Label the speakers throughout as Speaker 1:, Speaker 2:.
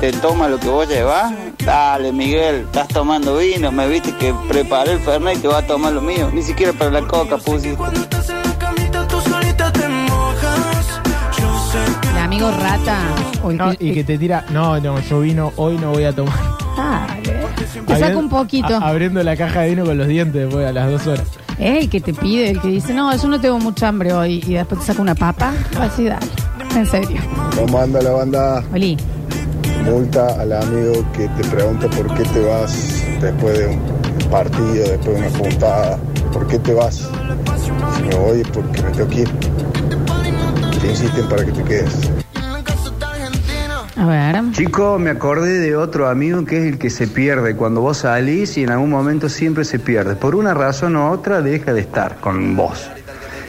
Speaker 1: te toma lo que vos llevas. Dale, Miguel, estás tomando vino, me viste que preparé el fernet y te va a tomar lo mío. Ni siquiera para la coca pusiste.
Speaker 2: El amigo rata.
Speaker 3: O el
Speaker 4: No,
Speaker 3: que-
Speaker 4: y que te tira, no, no, yo vino, hoy no voy a tomar.
Speaker 2: Dale. Te
Speaker 4: eh,
Speaker 2: saca un poquito.
Speaker 4: a- abriendo la caja de vino con los dientes después a las dos horas.
Speaker 2: Es el Eh, que te pide, el que dice, no, yo no tengo mucha hambre hoy. Y después te saca una papa. Así, dale. En serio.
Speaker 5: ¿Cómo anda la banda?
Speaker 2: Oli.
Speaker 5: Multa al amigo que te pregunta por qué te vas después de un partido, después de una puntada. ¿Por qué te vas? Si me voy es porque me tengo que ir. Te insisten para que te quedes.
Speaker 2: A ver. Eh,
Speaker 6: Chico, me acordé de otro amigo que es el que se pierde cuando vos salís y en algún momento siempre se pierde. Por una razón u otra deja de estar con vos.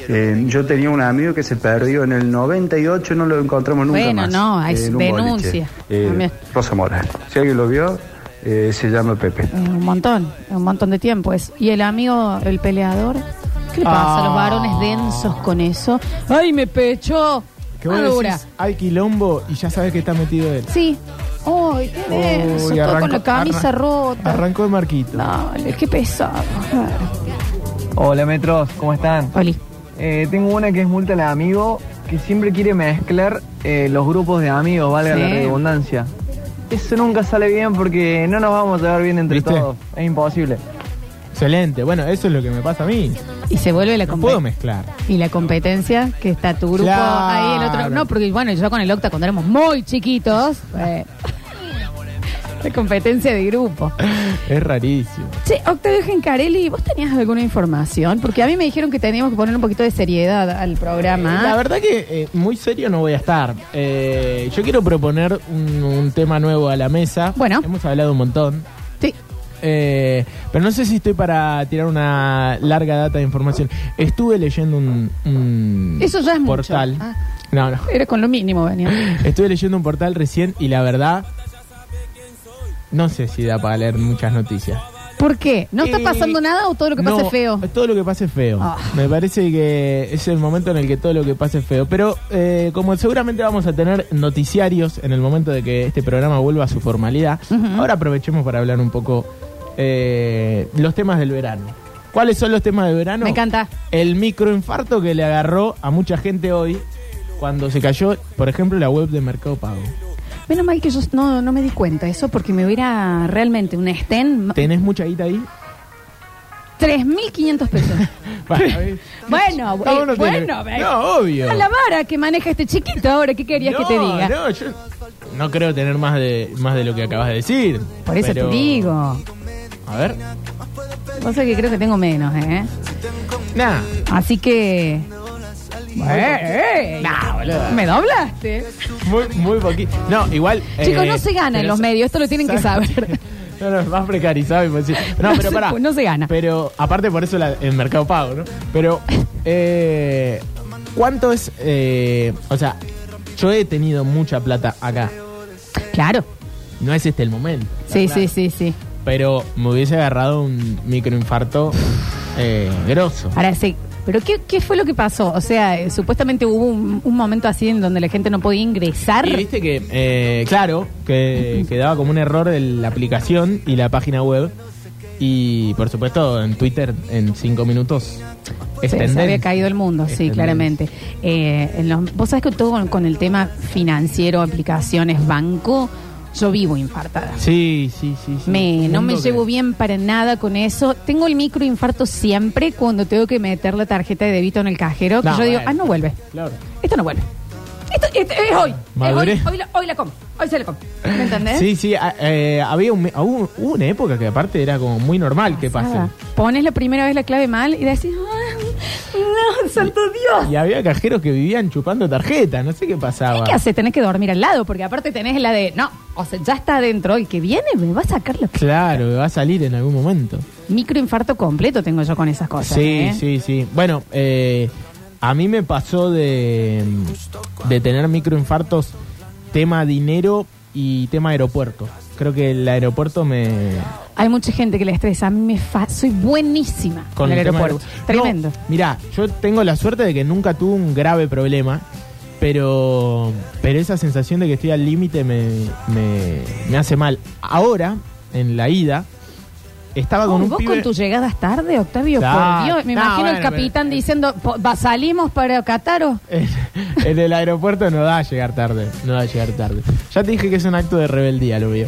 Speaker 6: Eh, yo tenía un amigo que se perdió en el 98, no lo encontramos nunca
Speaker 2: Bueno,
Speaker 6: más.
Speaker 2: no, hay
Speaker 6: en un
Speaker 2: denuncia.
Speaker 6: boliche. Eh,
Speaker 2: También.
Speaker 6: Rosa Moral. Si alguien lo vio, eh, se llama Pepe.
Speaker 2: Es un montón, es un montón de tiempo es. Y el amigo, el peleador, ¿qué le pasa a los varones densos con eso? ¡Ay, me pechó!
Speaker 4: Que vos
Speaker 2: Madura.
Speaker 4: decís, hay quilombo y ya sabes que está metido él.
Speaker 2: Sí. ¡Ay, qué denso!
Speaker 4: Uy,
Speaker 2: todo
Speaker 4: arrancó-
Speaker 2: con la camisa
Speaker 4: arran-
Speaker 2: rota.
Speaker 4: Arrancó de marquito.
Speaker 2: Dale, qué pesado.
Speaker 7: Hola metros, ¿cómo están?
Speaker 2: Oli.
Speaker 7: Eh, tengo una que es multa al amigo que siempre quiere mezclar eh, los grupos de amigos, valga la
Speaker 2: Sí.
Speaker 7: redundancia. Eso nunca sale bien porque no nos vamos a llevar bien entre
Speaker 4: ¿Viste?
Speaker 7: todos. Es imposible.
Speaker 4: Excelente. Bueno, eso es lo que me pasa a mí.
Speaker 2: Y se vuelve la
Speaker 4: No puedo
Speaker 2: competencia.
Speaker 4: mezclar.
Speaker 2: Y la competencia, que está tu grupo
Speaker 4: Claro.
Speaker 2: ahí, el otro. No, porque bueno, yo con el Octa cuando éramos muy chiquitos. eh, la competencia de grupo.
Speaker 4: Es rarísimo.
Speaker 2: Che, Octavio Gencarelli, ¿vos tenías alguna información? Porque a mí me dijeron que teníamos que poner un poquito de seriedad al programa.
Speaker 4: La verdad que eh, muy serio no voy a estar. Eh, yo quiero proponer un, un tema nuevo a la mesa.
Speaker 2: Bueno.
Speaker 4: Hemos hablado un montón.
Speaker 2: Sí.
Speaker 4: Eh, pero no sé si estoy para tirar una larga data de información. Estuve leyendo un, un
Speaker 2: Eso ya es mucho.
Speaker 4: portal.
Speaker 2: Ah.
Speaker 4: No, no.
Speaker 2: Era con lo mínimo, venía.
Speaker 4: Estuve leyendo un portal recién y la verdad no sé si da para leer muchas noticias.
Speaker 2: ¿Por qué? ¿No está
Speaker 4: Eh,
Speaker 2: pasando nada o todo lo que pasa
Speaker 4: no,
Speaker 2: es feo?
Speaker 4: Todo lo que pasa es feo.
Speaker 2: Ah.
Speaker 4: Me parece que es el momento en el que todo lo que pasa es feo. Pero eh, como seguramente vamos a tener noticiarios en el momento de que este programa vuelva a su formalidad, ahora aprovechemos para hablar un poco eh, los temas del verano. ¿Cuáles son los temas del verano?
Speaker 2: Me encanta.
Speaker 4: El microinfarto que le agarró a mucha gente hoy cuando se cayó, por ejemplo, la web de Mercado Pago.
Speaker 2: Menos mal que yo no, no me di cuenta de eso porque me hubiera realmente un estén.
Speaker 4: ¿Tenés mucha guita ahí?
Speaker 2: 3.500 pesos.
Speaker 4: Bueno, a ver.
Speaker 2: bueno,
Speaker 4: Cada
Speaker 2: eh,
Speaker 4: uno tiene-
Speaker 2: bueno. eh,
Speaker 4: No, obvio.
Speaker 2: A la vara que maneja este chiquito ahora, ¿qué querías que te
Speaker 4: No,
Speaker 2: diga?
Speaker 4: No, yo no creo tener más de más de lo que acabas de decir.
Speaker 2: Por eso
Speaker 4: pero-
Speaker 2: te digo.
Speaker 4: A ver.
Speaker 2: Vos sabés que creo que tengo menos, ¿eh?
Speaker 4: Nah.
Speaker 2: Así que. Eh, eh. ¿Me doblaste?
Speaker 4: Muy, muy poquito. No, igual.
Speaker 2: Chicos,
Speaker 4: eh,
Speaker 2: no se gana en
Speaker 4: pero
Speaker 2: los
Speaker 4: sa-
Speaker 2: medios, esto lo tienen que
Speaker 4: sa-
Speaker 2: saber.
Speaker 4: No, no, es más precarizado. imposible. No,
Speaker 2: No
Speaker 4: pero
Speaker 2: se-
Speaker 4: pará.
Speaker 2: no se gana.
Speaker 4: Pero aparte por eso la- el mercado pago, ¿no? Pero, eh, ¿cuánto es? eh, o sea, yo he tenido mucha plata acá.
Speaker 2: Claro.
Speaker 4: No es este el momento.
Speaker 2: Sí, sí, sí, sí.
Speaker 4: Pero me hubiese agarrado un microinfarto eh, grosso.
Speaker 2: Ahora sí. Pero ¿qué, qué fue lo que pasó? O sea, eh, supuestamente hubo un, un momento así en donde la gente no podía ingresar.
Speaker 4: Y viste que, eh, claro, que quedaba como un error en la aplicación y la página web. Y por supuesto, en Twitter, en cinco minutos,
Speaker 2: Se-
Speaker 4: es
Speaker 2: se,
Speaker 4: tendencia.
Speaker 2: había caído el mundo,
Speaker 4: Es
Speaker 2: sí,
Speaker 4: tendencia.
Speaker 2: claramente. Eh, en los- Vos sabés que todo con, con el tema financiero, aplicaciones, banco, yo vivo infartada.
Speaker 4: Sí, sí, sí. sí.
Speaker 2: Me, no me
Speaker 4: Mundo que-
Speaker 2: llevo bien para nada con eso. Tengo el microinfarto siempre cuando tengo que meter la tarjeta de débito en el cajero. Que
Speaker 4: No,
Speaker 2: yo digo,
Speaker 4: bueno.
Speaker 2: ah, no vuelve.
Speaker 4: Claro.
Speaker 2: Esto no vuelve. Esto, esto es hoy. Es
Speaker 4: Madurez.
Speaker 2: hoy, hoy, la, hoy la como. Hoy se la come. ¿Me entendés?
Speaker 4: Sí, sí, a- eh, había un- hubo- hubo una época que aparte era como muy normal que pase.
Speaker 2: Nada. Pones la primera vez la clave mal y decís, "Ah, no, santo Dios.
Speaker 4: Y había cajeros que vivían chupando tarjeta, no sé qué pasaba.
Speaker 2: ¿Qué haces? Tenés que dormir al lado porque aparte tenés la de, no, o sea, ya está adentro. El que viene me va a sacar la
Speaker 4: Claro, va a salir en algún momento.
Speaker 2: Microinfarto completo tengo yo con esas cosas.
Speaker 4: Sí,
Speaker 2: ¿eh?
Speaker 4: sí, sí. Bueno, eh, a mí me pasó de, de tener microinfartos tema dinero y tema aeropuerto. Creo que el aeropuerto me...
Speaker 2: Hay mucha gente que le estresa. A mí me fa- soy buenísima con el,
Speaker 4: tema
Speaker 2: aeropuerto.
Speaker 4: aeropu-
Speaker 2: Tremendo.
Speaker 4: No, mirá, yo tengo la suerte de que nunca tuve un grave problema. Pero, pero esa sensación de que estoy al límite me, me, me hace mal. Ahora, en la ida, estaba con
Speaker 2: Oh,
Speaker 4: un
Speaker 2: ¿Vos
Speaker 4: pibe...
Speaker 2: con tus llegadas tarde, Octavio?
Speaker 4: Ya.
Speaker 2: Por Dios, me
Speaker 4: No,
Speaker 2: imagino el
Speaker 4: bueno,
Speaker 2: capitán
Speaker 4: pero-
Speaker 2: diciendo, po- va, ¿salimos para Cataro?
Speaker 4: en, en el aeropuerto no da a llegar tarde. No da a llegar tarde. Ya te dije que es un acto de rebeldía, lo mío.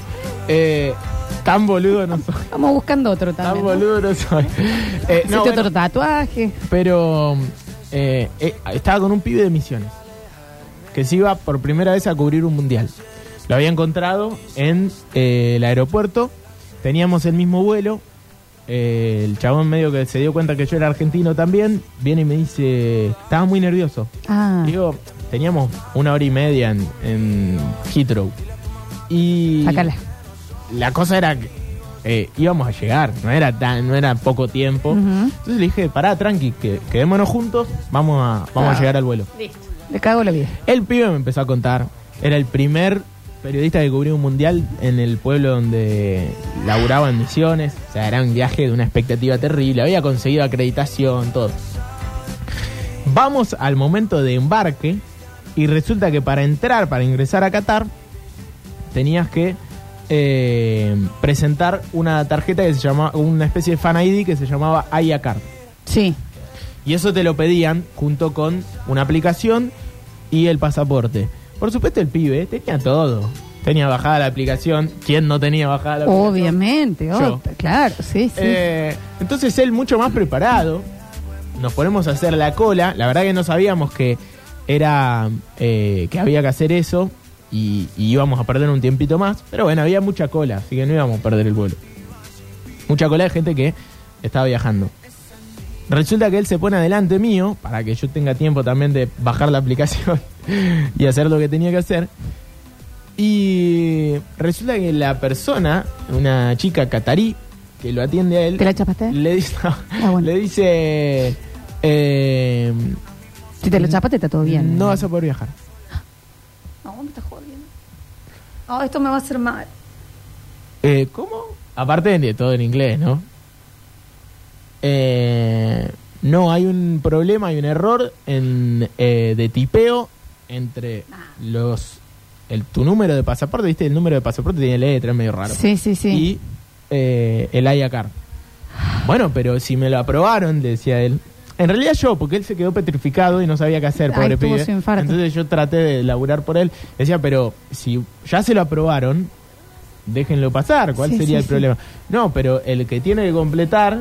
Speaker 4: Eh, tan boludo no soy.
Speaker 2: Vamos buscando otro
Speaker 4: Tan
Speaker 2: también. ¿no?
Speaker 4: Ah, boludo no soy. Eh,
Speaker 2: Hacete
Speaker 4: no, bueno,
Speaker 2: otro tatuaje.
Speaker 4: pero eh, eh, estaba con un pibe de misiones que se iba por primera vez a cubrir un mundial. Lo había encontrado en eh, el aeropuerto, teníamos el mismo vuelo. eh, el chabón medio que se dio cuenta que yo era argentino también, viene y me dice, estaba muy nervioso.
Speaker 2: Ah,
Speaker 4: Digo, teníamos una hora y media en, en Heathrow. Y
Speaker 2: sacala.
Speaker 4: la cosa era que eh, íbamos a llegar, no era tan, no era poco tiempo.
Speaker 2: Ujú.
Speaker 4: Entonces le dije, pará, tranqui, que, quedémonos juntos, vamos a, vamos
Speaker 2: Ah.
Speaker 4: a llegar al vuelo.
Speaker 2: Listo. Le cago la vida.
Speaker 4: El pibe me empezó a contar, era el primer periodista que cubrió un mundial en el pueblo donde laburaba en misiones. O sea, era un viaje de una expectativa terrible, había conseguido acreditación, todo. Vamos al momento de embarque y resulta que para entrar, para ingresar a Qatar, tenías que eh, presentar una tarjeta que se llamaba, una especie de fan ID que se llamaba IACAR.
Speaker 2: Sí.
Speaker 4: Y eso te lo pedían junto con una aplicación y el pasaporte. Por supuesto el pibe tenía todo. Tenía bajada la aplicación. ¿Quién no tenía bajada la aplicación?
Speaker 2: Obviamente,
Speaker 4: Yo.
Speaker 2: Octa, claro, sí, sí.
Speaker 4: Eh, entonces él mucho más preparado. Nos ponemos a hacer la cola. La verdad que no sabíamos que era eh, que había que hacer eso y, y íbamos a perder un tiempito más. Pero bueno, había mucha cola, así que no íbamos a perder el vuelo. Mucha cola de gente que estaba viajando. Resulta que él se pone adelante mío para que yo tenga tiempo también de bajar la aplicación y hacer lo que tenía que hacer. Y resulta que la persona, una chica catarí, que lo atiende a él,
Speaker 2: ¿Te la chapaste?
Speaker 4: le dice,
Speaker 2: bueno.
Speaker 4: le dice eh,
Speaker 2: si te lo chapaste está todo bien.
Speaker 4: Mm. no vas a poder viajar.
Speaker 2: No, me estás jodiendo. Oh, esto me va a hacer mal.
Speaker 4: Eh, ¿Cómo? Aparte de todo en inglés, ¿no? Eh, no, hay un problema, hay un error en, eh, de tipeo entre los el, tu número de pasaporte, ¿viste? El número de pasaporte tiene letra, es medio raro.
Speaker 2: Sí, sí, sí.
Speaker 4: Y eh, el IACAR. Bueno, pero si me lo aprobaron, le decía él. En realidad yo, porque él se quedó petrificado y no sabía qué hacer,
Speaker 2: Ay,
Speaker 4: pobre
Speaker 2: tuvo
Speaker 4: pibe.
Speaker 2: su infarto.
Speaker 4: Entonces yo traté de laburar por él. Decía, pero si ya se lo aprobaron, déjenlo pasar. ¿Cuál
Speaker 2: Sí,
Speaker 4: sería
Speaker 2: sí,
Speaker 4: el
Speaker 2: sí.
Speaker 4: problema? No, pero el que tiene que completar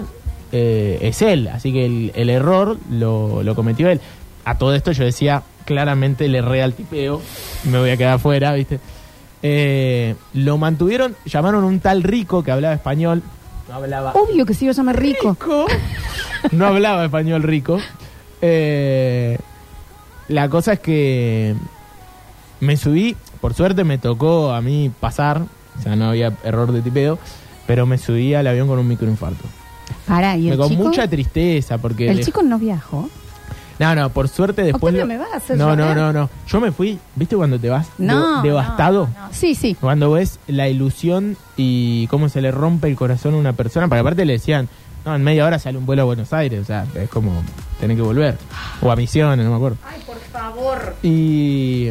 Speaker 4: eh, es él. Así que el, el error lo, lo cometió él. A todo esto yo decía, claramente le erré al tipeo. Me voy a quedar fuera, ¿viste? Eh, lo mantuvieron, llamaron a un tal rico que hablaba español. No hablaba.
Speaker 2: Obvio que sí, yo me rico.
Speaker 4: No hablaba español rico. Eh, la cosa es que me subí, por suerte me tocó a mí pasar, o sea, no había error de tipeo, pero me subí al avión con un microinfarto.
Speaker 2: Pará, y
Speaker 4: Me-
Speaker 2: el
Speaker 4: Con
Speaker 2: chico.
Speaker 4: mucha tristeza, porque...
Speaker 2: el
Speaker 4: de-
Speaker 2: chico no viajó.
Speaker 4: No, no, por suerte después...
Speaker 2: Octavio, me vas a hacer
Speaker 4: no, no,
Speaker 2: llorar.
Speaker 4: no, no. Yo me fui, ¿viste cuando te vas de-
Speaker 2: No.
Speaker 4: devastado?
Speaker 2: no, no. Sí, sí.
Speaker 4: Cuando ves la ilusión y cómo se le rompe el corazón a una persona, porque aparte le decían, no, en media hora sale un vuelo a Buenos Aires, o sea, es como tener que volver. O a Misiones, no me acuerdo. Ay, por favor. Y,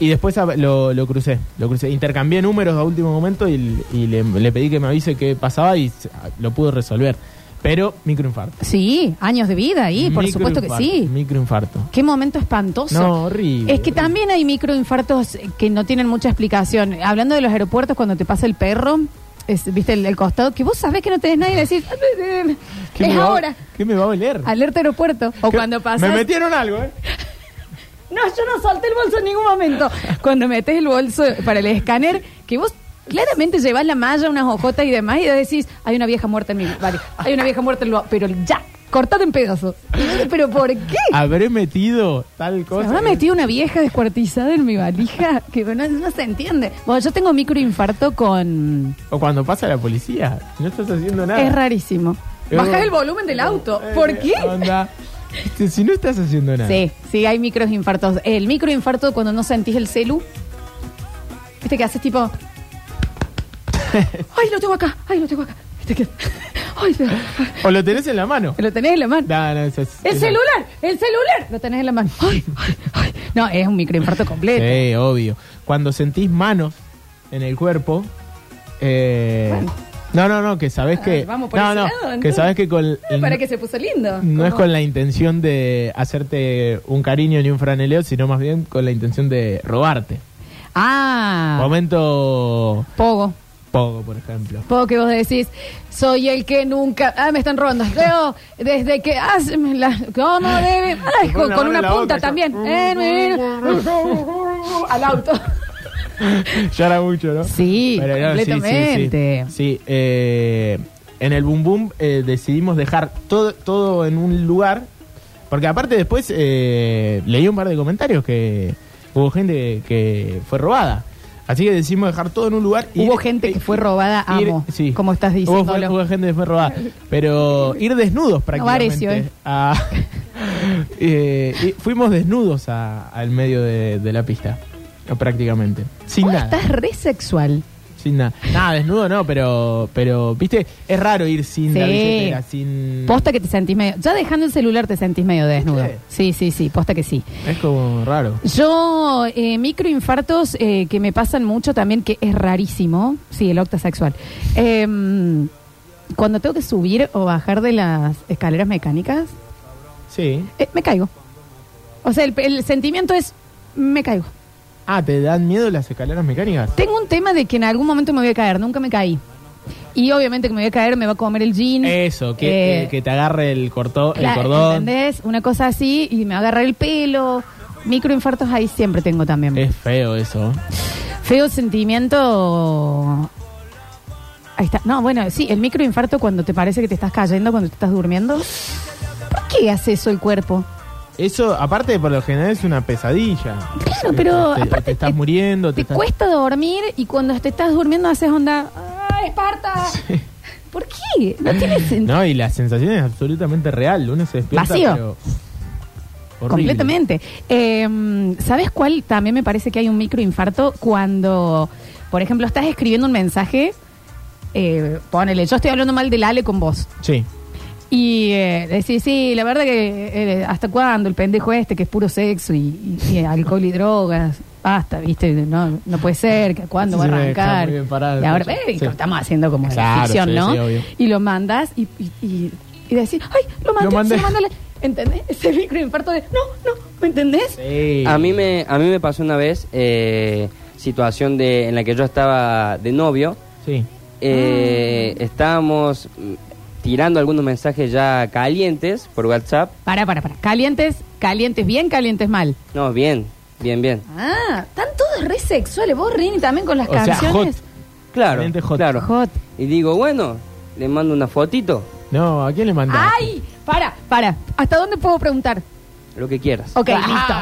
Speaker 4: y después a- lo, lo crucé, lo crucé. Intercambié números a último momento y, y le, le pedí que me avise qué pasaba y se- lo pudo resolver. Pero microinfarto.
Speaker 2: Sí, años de vida ahí, por supuesto que
Speaker 4: Microinfarto,
Speaker 2: sí.
Speaker 4: Microinfarto.
Speaker 2: Qué momento espantoso.
Speaker 4: No, horrible.
Speaker 2: Es que también hay microinfartos que no tienen mucha explicación. Hablando de los aeropuertos, cuando te pasa el perro, es, viste el, el costado, que vos sabés que no tenés nadie y decís,
Speaker 4: ¿Qué
Speaker 2: es
Speaker 4: me va a-
Speaker 2: ahora,
Speaker 4: ¿Qué me va a oler?
Speaker 2: alerta aeropuerto. O
Speaker 4: ¿Qué-
Speaker 2: cuando pasas...
Speaker 4: Me metieron algo, ¿eh?
Speaker 2: No, yo no solté el bolso en ningún momento. Cuando metes el bolso para el escáner, que vos claramente llevas la malla, unas hojotas y demás, y decís, hay una vieja muerta en mi vale, hay una vieja muerta en lo... Pero ya, cortado en pedazos. Y vos decís, ¿Pero por qué?
Speaker 4: ¿Habré metido tal
Speaker 2: ¿Se
Speaker 4: cosa?
Speaker 2: habrá metido una vieja descuartizada en mi valija? Que no, no se entiende. Bueno, yo tengo microinfarto con...
Speaker 4: O cuando pasa la policía, no estás haciendo nada.
Speaker 2: Es rarísimo.
Speaker 4: Yo-
Speaker 2: Bajás el volumen del auto.
Speaker 4: Eh,
Speaker 2: ¿Por qué?
Speaker 4: onda. Este, Si no estás haciendo nada.
Speaker 2: Sí, sí, hay microinfartos. El microinfarto cuando no sentís el celu. Viste que haces tipo. ¡Ay, lo tengo acá! ¡Ay, lo tengo acá! Viste que- Ay, Dios.
Speaker 4: O lo tenés en la mano.
Speaker 2: Lo tenés en la mano.
Speaker 4: No, no, eso es-
Speaker 2: ¡El
Speaker 4: eso-
Speaker 2: celular! ¡El celular! Lo tenés en la mano. Ay, ay, ay. No, es un microinfarto completo.
Speaker 4: Sí, obvio. Cuando sentís manos en el cuerpo, eh, no, no, no, que sabés
Speaker 2: Ah,
Speaker 4: que,
Speaker 2: vamos por
Speaker 4: no,
Speaker 2: ese
Speaker 4: no,
Speaker 2: lado,
Speaker 4: que
Speaker 2: entonces.
Speaker 4: sabés que con,
Speaker 2: Ah, para que se puso lindo.
Speaker 4: no es
Speaker 2: Como-
Speaker 4: con la intención de hacerte un cariño ni un franeleo, sino más bien con la intención de robarte.
Speaker 2: Ah,
Speaker 4: Momento
Speaker 2: Pogo.
Speaker 4: poco, por ejemplo.
Speaker 2: Pogo que vos decís, soy el que nunca. Ah, me están robando. Veo desde que. Ah, se me la- ¿Cómo debe? Ay,
Speaker 4: Te pone
Speaker 2: con,
Speaker 4: la
Speaker 2: con
Speaker 4: mano
Speaker 2: una
Speaker 4: en la Uh,
Speaker 2: punta
Speaker 4: boca,
Speaker 2: también. Eh,
Speaker 4: uh,
Speaker 2: me- al auto.
Speaker 4: Ya era mucho, ¿no?
Speaker 2: Sí,
Speaker 4: no, sí, sí, sí.
Speaker 2: completamente.
Speaker 4: Sí, eh, en el Boom Boom eh, decidimos dejar todo, todo en un lugar, porque aparte después eh, leí un par de comentarios que hubo gente que fue robada. Así que decidimos dejar todo en un lugar. y-
Speaker 2: Hubo gente que fue robada,
Speaker 4: e ir-
Speaker 2: amo, como estás
Speaker 4: Hubo-
Speaker 2: diciéndolo.
Speaker 4: Hubo, gente que fue robada. Pero ir desnudos prácticamente.
Speaker 2: pareció, ¿eh?
Speaker 4: a- eh, y fuimos desnudos a- al medio de, de la pista, prácticamente. Sin
Speaker 2: Vos
Speaker 4: nada.
Speaker 2: estás re sexual.
Speaker 4: Sin nada. Nada, desnudo no, pero, pero, viste, es raro ir sin la
Speaker 2: Sí.
Speaker 4: billetera, sin...
Speaker 2: Posta que te sentís medio. Ya dejando el celular te sentís medio desnudo. Sí, sí, sí, posta que sí.
Speaker 4: Es como raro.
Speaker 2: Yo, eh, microinfartos eh, que me pasan mucho también, que es rarísimo. Sí, el octasexual. Em, cuando tengo que subir o bajar de las escaleras mecánicas,
Speaker 4: Sí.
Speaker 2: eh, me caigo. O sea, el, el sentimiento es, me caigo.
Speaker 4: Ah, ¿te dan miedo las escaleras mecánicas?
Speaker 2: Tengo un tema de que en algún momento me voy a caer, nunca me caí. Y obviamente que me voy a caer, me va a comer el jean.
Speaker 4: Eso, que,
Speaker 2: Eh,
Speaker 4: eh, que te agarre el, corto, el
Speaker 2: Claro,
Speaker 4: cordón.
Speaker 2: ¿Entendés? Una cosa así y me va a agarrar el pelo. Microinfartos ahí siempre tengo también.
Speaker 4: Es feo eso.
Speaker 2: Feo sentimiento. Ahí está. No, bueno, sí, el microinfarto cuando te parece que te estás cayendo, cuando te estás durmiendo. ¿Por qué hace eso el cuerpo?
Speaker 4: Eso, aparte, por lo general es una pesadilla.
Speaker 2: Claro, pero
Speaker 4: Te,
Speaker 2: aparte
Speaker 4: te estás
Speaker 2: te-
Speaker 4: muriendo, te,
Speaker 2: Te
Speaker 4: estás-
Speaker 2: cuesta dormir y cuando te estás durmiendo haces onda. ¡Ah, Esparta! ¿Por qué? No tiene sentido.
Speaker 4: No, y la sensación es absolutamente real. Uno se despierta,
Speaker 2: Vacío.
Speaker 4: pero... horrible.
Speaker 2: Completamente. Eh, ¿Sabes cuál? También me parece que hay un microinfarto cuando, por ejemplo, estás escribiendo un mensaje. Eh, ponele, yo estoy hablando mal del Ale con vos.
Speaker 4: Sí.
Speaker 2: Y eh, decís, sí, la verdad que eh, hasta cuándo el pendejo este que es puro sexo y, y- y alcohol y drogas. Basta, viste, no, no puede ser, que cuándo
Speaker 4: Sí,
Speaker 2: va a
Speaker 4: sí, me deja
Speaker 2: arrancar.
Speaker 4: muy bien parado.
Speaker 2: y ahora,
Speaker 4: Sí.
Speaker 2: eh, estamos haciendo como
Speaker 4: Claro,
Speaker 2: una ficción,
Speaker 4: sí,
Speaker 2: ¿no?
Speaker 4: sí, obvio.
Speaker 2: y lo mandas y, y, y, y decís, ay, lo mandé,
Speaker 4: Lo mandé.
Speaker 2: sí, mándale. ¿Entendés? Ese microinfarto de, no, no, ¿me entendés?
Speaker 4: Sí.
Speaker 3: A mí me, a mí me pasó una vez eh, situación de, en la que yo estaba de novio.
Speaker 4: Sí.
Speaker 3: Eh,
Speaker 2: Ah.
Speaker 3: Estábamos mm, tirando algunos mensajes ya calientes por WhatsApp.
Speaker 2: Para, para, para. Calientes, calientes bien, calientes mal.
Speaker 3: No, bien, bien, bien.
Speaker 2: Ah, están todos re sexuales. Vos, Rini, también con las
Speaker 4: O sea,
Speaker 2: canciones.
Speaker 4: hot.
Speaker 3: Claro,
Speaker 4: Caliente hot.
Speaker 3: claro.
Speaker 2: Hot.
Speaker 3: Y digo, bueno, le mando una fotito,
Speaker 4: No, ¿a quién le mandaste?
Speaker 2: ¡Ay! Para, para. ¿Hasta dónde puedo preguntar?
Speaker 3: lo que quieras.
Speaker 2: Ok, listo.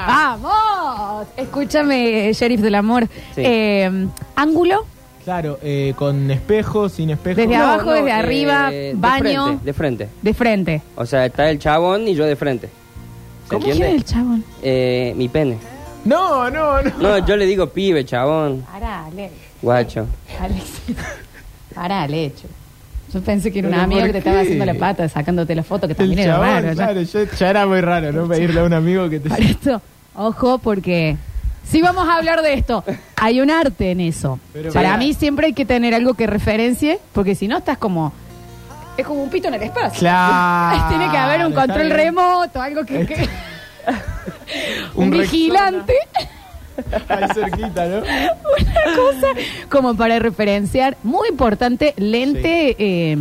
Speaker 2: ¡Vamos! Escúchame, Sheriff del Amor.
Speaker 3: Sí.
Speaker 2: Eh, ángulo,
Speaker 4: Claro, eh, con espejo, sin espejo.
Speaker 2: Desde abajo. desde arriba,
Speaker 3: eh, de
Speaker 2: baño.
Speaker 3: frente, de frente.
Speaker 2: de frente.
Speaker 3: O sea, está el chabón y yo de frente. ¿Se
Speaker 2: ¿Cómo
Speaker 3: entiende?
Speaker 2: quiere el chabón?
Speaker 3: Eh, mi pene.
Speaker 4: No, no, no.
Speaker 3: No, yo le digo pibe, chabón,
Speaker 2: Pará, Alex.
Speaker 3: guacho.
Speaker 2: Alex. Pará, Lecho. Yo pensé que era un
Speaker 4: Pero
Speaker 2: amigo
Speaker 4: ¿por
Speaker 2: que te estaba
Speaker 4: qué?
Speaker 2: haciendo la pata, sacándote la foto, que también
Speaker 4: El
Speaker 2: era
Speaker 4: chabón,
Speaker 2: raro. ¿no?
Speaker 4: claro, ya, ya era muy raro, ¿no? Pedirle a un amigo que te...
Speaker 2: Para esto, ojo, porque si vamos a hablar de esto, hay un arte en eso.
Speaker 4: Pero
Speaker 2: Para
Speaker 4: pará.
Speaker 2: mí siempre hay que tener algo que referencie, porque si no estás como... Es como un pito en el espacio.
Speaker 4: Claro.
Speaker 2: Tiene que haber un
Speaker 4: Está
Speaker 2: control
Speaker 4: bien.
Speaker 2: remoto, algo que... que- un
Speaker 4: Un Rexona.
Speaker 2: vigilante,
Speaker 4: Ahí cerquita, ¿no?
Speaker 2: una cosa como para referenciar. Muy importante, lente eh,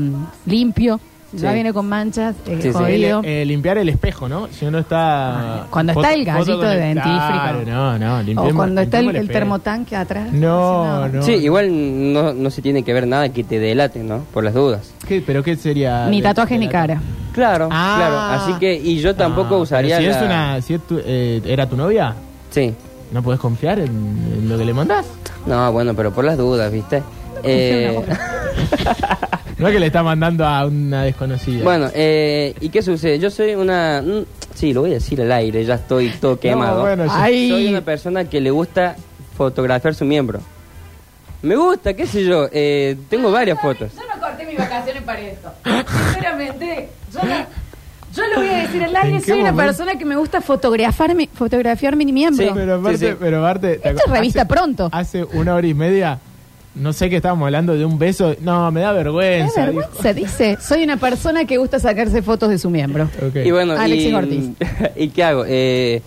Speaker 2: limpio, ya
Speaker 3: Sí.
Speaker 2: viene con manchas, eh,
Speaker 3: Sí, sí.
Speaker 2: jodido.
Speaker 4: El- eh, limpiar el espejo, ¿no? Si uno está...
Speaker 2: Cuando está el gallito
Speaker 4: foto con
Speaker 2: de
Speaker 4: el-
Speaker 2: dentífrico.
Speaker 4: Claro, no, no.
Speaker 2: o
Speaker 4: limpiemos-
Speaker 2: cuando está el,
Speaker 4: limpiemos
Speaker 2: el
Speaker 4: espejo.
Speaker 2: termotanque atrás.
Speaker 4: No, no.
Speaker 3: Sí, igual no, no se tiene que ver nada que te delate, ¿no? Por las dudas.
Speaker 4: ¿Qué- ¿Pero qué sería?
Speaker 2: Ni
Speaker 4: de-
Speaker 2: tatuajes
Speaker 4: de
Speaker 2: ni
Speaker 4: la-
Speaker 2: cara.
Speaker 3: Claro,
Speaker 4: Ah.
Speaker 3: claro. Así que, y yo
Speaker 4: Ah,
Speaker 3: tampoco
Speaker 4: pero
Speaker 3: usaría.
Speaker 4: Si es
Speaker 3: la-
Speaker 4: una... Si es tu- eh, ¿Era tu novia?
Speaker 3: Sí.
Speaker 4: ¿No podés confiar en, en lo que le mandás?
Speaker 3: No, bueno, pero por las dudas, ¿viste? Eh,
Speaker 4: No es que le está mandando a una desconocida.
Speaker 3: bueno, eh, ¿y qué sucede? Yo soy una. mm, Sí, lo voy a decir al aire, ya estoy todo quemado.
Speaker 4: bueno, ya-
Speaker 3: Soy una persona que le gusta fotografiar su miembro. Me gusta, qué sé yo. eh, tengo varias fotos.
Speaker 2: Yo no corté mis vacaciones para esto. Sinceramente, yo no- Yo lo voy a decir al aire,
Speaker 4: ¿En qué
Speaker 2: soy una
Speaker 4: momento?
Speaker 2: persona que me gusta fotografarme, fotografiarme mi miembro.
Speaker 3: Sí,
Speaker 4: Pero aparte,
Speaker 3: sí.
Speaker 4: pero aparte.
Speaker 2: Esto es revista pronto.
Speaker 4: Hace una hora y media, no sé qué estábamos hablando de un beso. No, me da
Speaker 2: Qué
Speaker 4: vergüenza. dijo.
Speaker 2: vergüenza, dice. Soy una persona que gusta sacarse fotos de su miembro.
Speaker 4: Ok.
Speaker 3: Y bueno,
Speaker 2: Ah, Alexis
Speaker 3: y,
Speaker 2: Ortiz.
Speaker 3: ¿Y qué hago? Eh,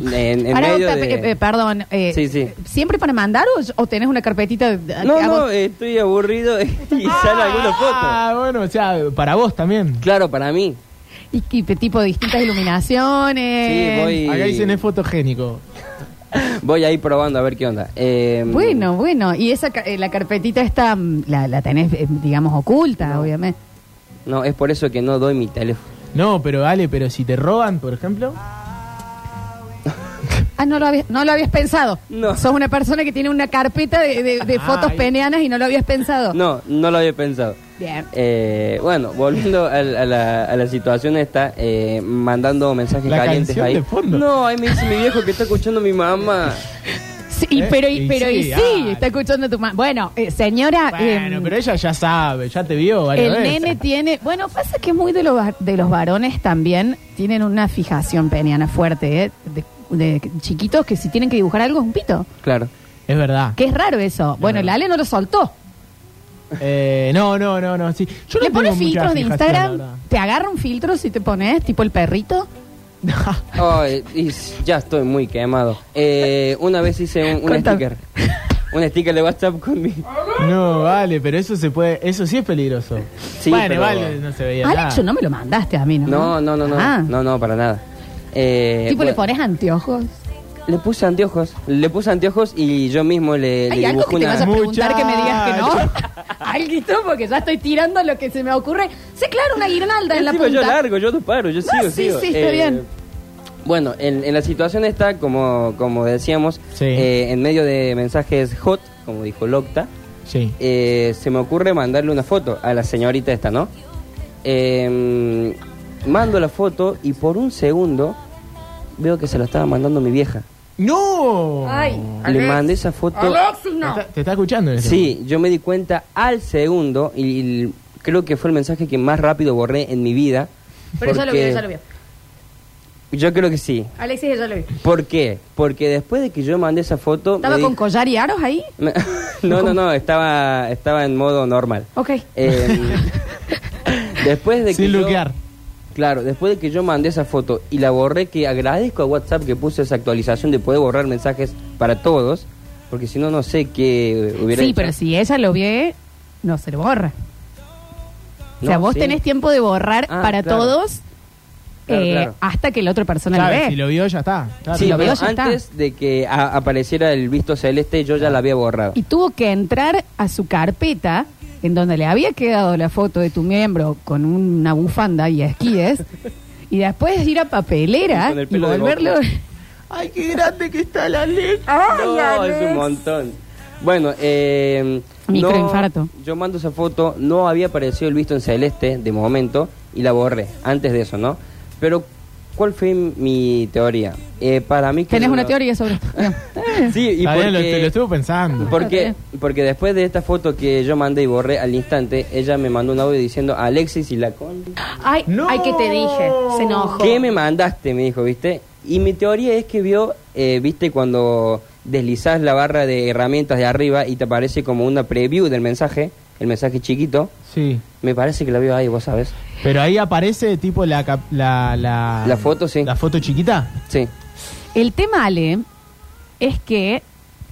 Speaker 3: en, en
Speaker 2: Pará,
Speaker 3: medio
Speaker 2: Octa,
Speaker 3: de-
Speaker 2: eh, eh, perdón, eh,
Speaker 3: Sí, sí.
Speaker 2: ¿siempre para mandar o, o tenés una carpetita? de- Ah, a-
Speaker 3: No,
Speaker 2: a
Speaker 3: no,
Speaker 2: vos?
Speaker 3: eh, estoy aburrido y
Speaker 2: Ah,
Speaker 3: sale alguna foto.
Speaker 4: Ah, bueno, o sea, para vos también.
Speaker 3: Claro, para mí.
Speaker 2: Y, y de tipo de distintas iluminaciones.
Speaker 3: Sí, voy. Y-
Speaker 4: Acá dicen es fotogénico.
Speaker 3: Voy ahí probando a ver qué onda. Eh,
Speaker 2: Bueno, bueno, y esa ca- eh, la carpetita está, mm, la, la tenés, eh, digamos, oculta, obviamente.
Speaker 3: No, es por eso que no doy mi teléfono.
Speaker 4: No, pero Ale, pero si te roban, por ejemplo.
Speaker 2: Ah, no lo, habías, no lo habías pensado.
Speaker 3: No.
Speaker 2: Sos una persona que tiene una carpeta de, de- de
Speaker 4: Ah,
Speaker 2: fotos
Speaker 4: ahí.
Speaker 2: peneanas y no lo habías pensado.
Speaker 3: No, no lo había pensado.
Speaker 2: Bien.
Speaker 3: Eh, bueno, volviendo al- a, la, a la situación esta, eh, mandando mensajes
Speaker 4: La
Speaker 3: calientes
Speaker 4: canción
Speaker 3: ahí.
Speaker 4: de fondo.
Speaker 3: No, ahí me dice mi viejo que está escuchando mi mamá.
Speaker 2: Sí, y-
Speaker 4: Eh,
Speaker 2: pero, y,
Speaker 4: y
Speaker 2: pero y sí,
Speaker 4: sí, ah.
Speaker 2: está escuchando tu mamá. Bueno, eh, señora,
Speaker 4: Bueno,
Speaker 2: em,
Speaker 4: pero ella ya sabe, ya te vio varias
Speaker 2: el
Speaker 4: veces.
Speaker 2: nene tiene... Bueno, pasa que muy de los, va- de los varones también tienen una fijación peneana fuerte, ¿eh? De, de chiquitos que si tienen que dibujar algo es un pito.
Speaker 3: Claro.
Speaker 4: Es verdad.
Speaker 2: Que es raro eso. Bueno, la Ale no lo soltó.
Speaker 4: Eh, no, no, no, no, sí. Yo no
Speaker 2: ¿Le pones
Speaker 4: tengo mucha
Speaker 2: filtros de
Speaker 4: fijación, la
Speaker 2: Instagram? ¿Te agarra un filtro si te pones tipo el perrito?
Speaker 4: verdad.
Speaker 3: Ay, y s- ya estoy muy quemado. Eh, una vez hice un, un
Speaker 2: Cuéntame.
Speaker 3: sticker. Un sticker de WhatsApp con mi...
Speaker 4: no, vale, pero eso se puede, eso sí es peligroso.
Speaker 3: Sí,
Speaker 4: bueno,
Speaker 3: pero-
Speaker 4: vale, no se veía nada.
Speaker 2: Alex, yo no me lo mandaste a mí, ¿no?
Speaker 3: No, no, no, no.
Speaker 2: Ah.
Speaker 3: No, no, para nada. Eh,
Speaker 2: tipo,
Speaker 3: bueno,
Speaker 2: le pones anteojos.
Speaker 3: le puse anteojos. Le puse anteojos y yo mismo le, Eh, le
Speaker 2: Hay algo que
Speaker 3: dibujé
Speaker 2: te
Speaker 3: una-
Speaker 2: vaya a preguntar que me digas que no.
Speaker 4: Muchacho.
Speaker 2: Alguito, porque ya estoy tirando lo que se me ocurre. Sí, claro, una guirnalda en la
Speaker 3: Encima
Speaker 2: punta.
Speaker 3: yo largo, yo no paro, yo
Speaker 2: No,
Speaker 3: sigo,
Speaker 2: sí,
Speaker 3: sigo. Eh,
Speaker 2: sí, está bien.
Speaker 3: Bueno, en, en la situación está, como, como decíamos,
Speaker 4: Sí.
Speaker 3: eh, en medio de mensajes hot, como dijo Locta,
Speaker 4: Sí.
Speaker 3: eh, se me ocurre mandarle una foto a la señorita esta, ¿no? Eh, mando la foto y por un segundo veo que se la estaba mandando mi vieja.
Speaker 4: ¡No!
Speaker 2: Ay.
Speaker 3: Le mandé esa foto.
Speaker 2: Alexis, no.
Speaker 4: ¿Te está, te está escuchando? en este
Speaker 3: Sí, yo me di cuenta al segundo y, y creo que fue el mensaje que más rápido borré en mi vida.
Speaker 2: Pero ella lo vio,
Speaker 3: porque-
Speaker 2: ella lo vio.
Speaker 3: Yo creo que sí.
Speaker 2: Alexis, ella lo vio.
Speaker 3: ¿Por qué? Porque después de que yo mandé esa foto...
Speaker 2: ¿Estaba
Speaker 3: me
Speaker 2: con
Speaker 3: di-
Speaker 2: collar y aros ahí?
Speaker 3: Me- No, no, no, estaba, estaba en modo normal.
Speaker 2: Ok.
Speaker 3: Eh, después de que
Speaker 4: Sin
Speaker 3: yo-
Speaker 4: luquear.
Speaker 3: Claro, después de que yo mandé esa foto y la borré, que agradezco a WhatsApp que puso esa actualización de poder borrar mensajes para todos, porque si no, no sé qué hubiera
Speaker 2: Sí,
Speaker 3: hecho.
Speaker 2: pero si ella lo ve, no se lo borra. o sea,
Speaker 3: No,
Speaker 2: vos
Speaker 3: sí.
Speaker 2: tenés tiempo de borrar
Speaker 3: Ah,
Speaker 2: para
Speaker 3: claro.
Speaker 2: todos
Speaker 3: Claro,
Speaker 2: eh,
Speaker 3: claro.
Speaker 2: hasta que la otra persona
Speaker 4: Claro,
Speaker 2: lo ve.
Speaker 4: si lo vio, ya está. Claro.
Speaker 3: Sí,
Speaker 2: lo
Speaker 3: pero
Speaker 2: veo, ya está.
Speaker 3: antes de que a- apareciera el visto celeste, yo ya la había borrado.
Speaker 2: Y tuvo que entrar a su carpeta, en donde le había quedado la foto de tu miembro con una bufanda y esquíes, y después ir a papelera
Speaker 3: Y con el
Speaker 2: y
Speaker 3: pelo de
Speaker 2: volverlo.
Speaker 3: boca.
Speaker 4: Ay, qué grande que está la leche.
Speaker 3: no, es un montón. Bueno, eh,
Speaker 2: Microinfarto.
Speaker 3: no- yo mando esa foto, no había aparecido el visto en celeste de momento y la borré antes de eso, ¿no? Pero, ¿cuál fue mi teoría? Eh, para mí que
Speaker 2: Tenés
Speaker 3: yo
Speaker 2: una
Speaker 3: no-
Speaker 2: teoría sobre esto. No.
Speaker 3: Sí, y
Speaker 4: Está bien, lo,
Speaker 3: porque-
Speaker 4: lo estuve pensando.
Speaker 3: porque, porque después de esta foto que yo mandé y borré al instante, ella me mandó un audio diciendo Alexis y la con...
Speaker 2: Ay,
Speaker 4: No.
Speaker 2: ay, que te dije. Se enojó.
Speaker 3: ¿Qué me mandaste? Me dijo, ¿viste? Y mi teoría es que vio, eh, ¿viste? Cuando deslizás la barra de herramientas de arriba y te aparece como una preview del mensaje, el mensaje chiquito,
Speaker 4: Sí.
Speaker 3: me parece que la vio ahí, vos sabes.
Speaker 4: Pero ahí aparece tipo la cap- la, la
Speaker 3: La foto, sí.
Speaker 4: La foto chiquita.
Speaker 3: Sí.
Speaker 2: El tema, Ale, es que,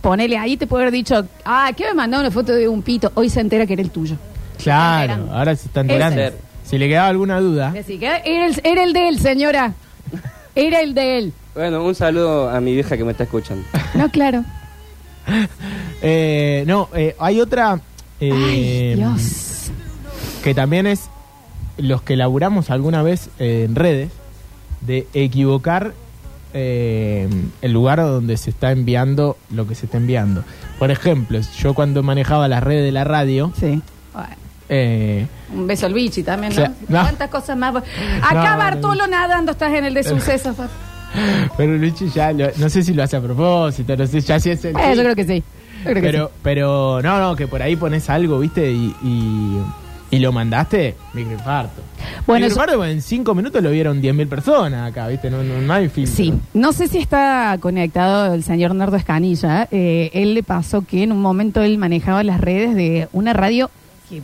Speaker 2: ponele, ahí te puede haber dicho, ah, ¿qué me mandó una foto de un pito? Hoy se entera que era el tuyo.
Speaker 4: Claro,
Speaker 2: enterando.
Speaker 4: ahora se está
Speaker 2: Puede
Speaker 4: enterando.
Speaker 3: ser.
Speaker 4: Si le quedaba alguna
Speaker 3: ¿Ah?
Speaker 4: duda,
Speaker 2: Así que era el, era el de él, señora. Era el de él.
Speaker 3: Bueno, un saludo a mi vieja que me está escuchando.
Speaker 2: No, claro.
Speaker 4: eh, no, eh, hay otra eh,
Speaker 2: Ay, Dios.
Speaker 4: que también es los que laburamos alguna vez eh, en redes de equivocar eh, el lugar donde se está enviando lo que se está enviando. Por ejemplo, yo cuando manejaba las redes de la radio,
Speaker 2: Sí.
Speaker 4: eh,
Speaker 2: Un beso al bichi también, ¿no?
Speaker 4: Sí, no.
Speaker 2: ¿Cuántas cosas más? Acá
Speaker 4: No,
Speaker 2: Bartolo
Speaker 4: no,
Speaker 2: nadando estás en el de sucesos. papá.
Speaker 4: pero Luchi ya, lo- no sé si lo hace a propósito, no sé ya si es el...
Speaker 2: Eh, yo creo que sí. Yo creo que
Speaker 4: pero, pero no, no, que por ahí pones algo, ¿viste? Y, y y lo mandaste, microinfarto.
Speaker 2: Bueno,
Speaker 4: microinfarto pues, en cinco minutos lo vieron 10.000 personas acá, ¿viste? No, no, no hay filtro.
Speaker 2: Sí, no sé si está conectado el señor Nardo Escanilla. Eh, él le pasó que en un momento él manejaba las redes de una radio que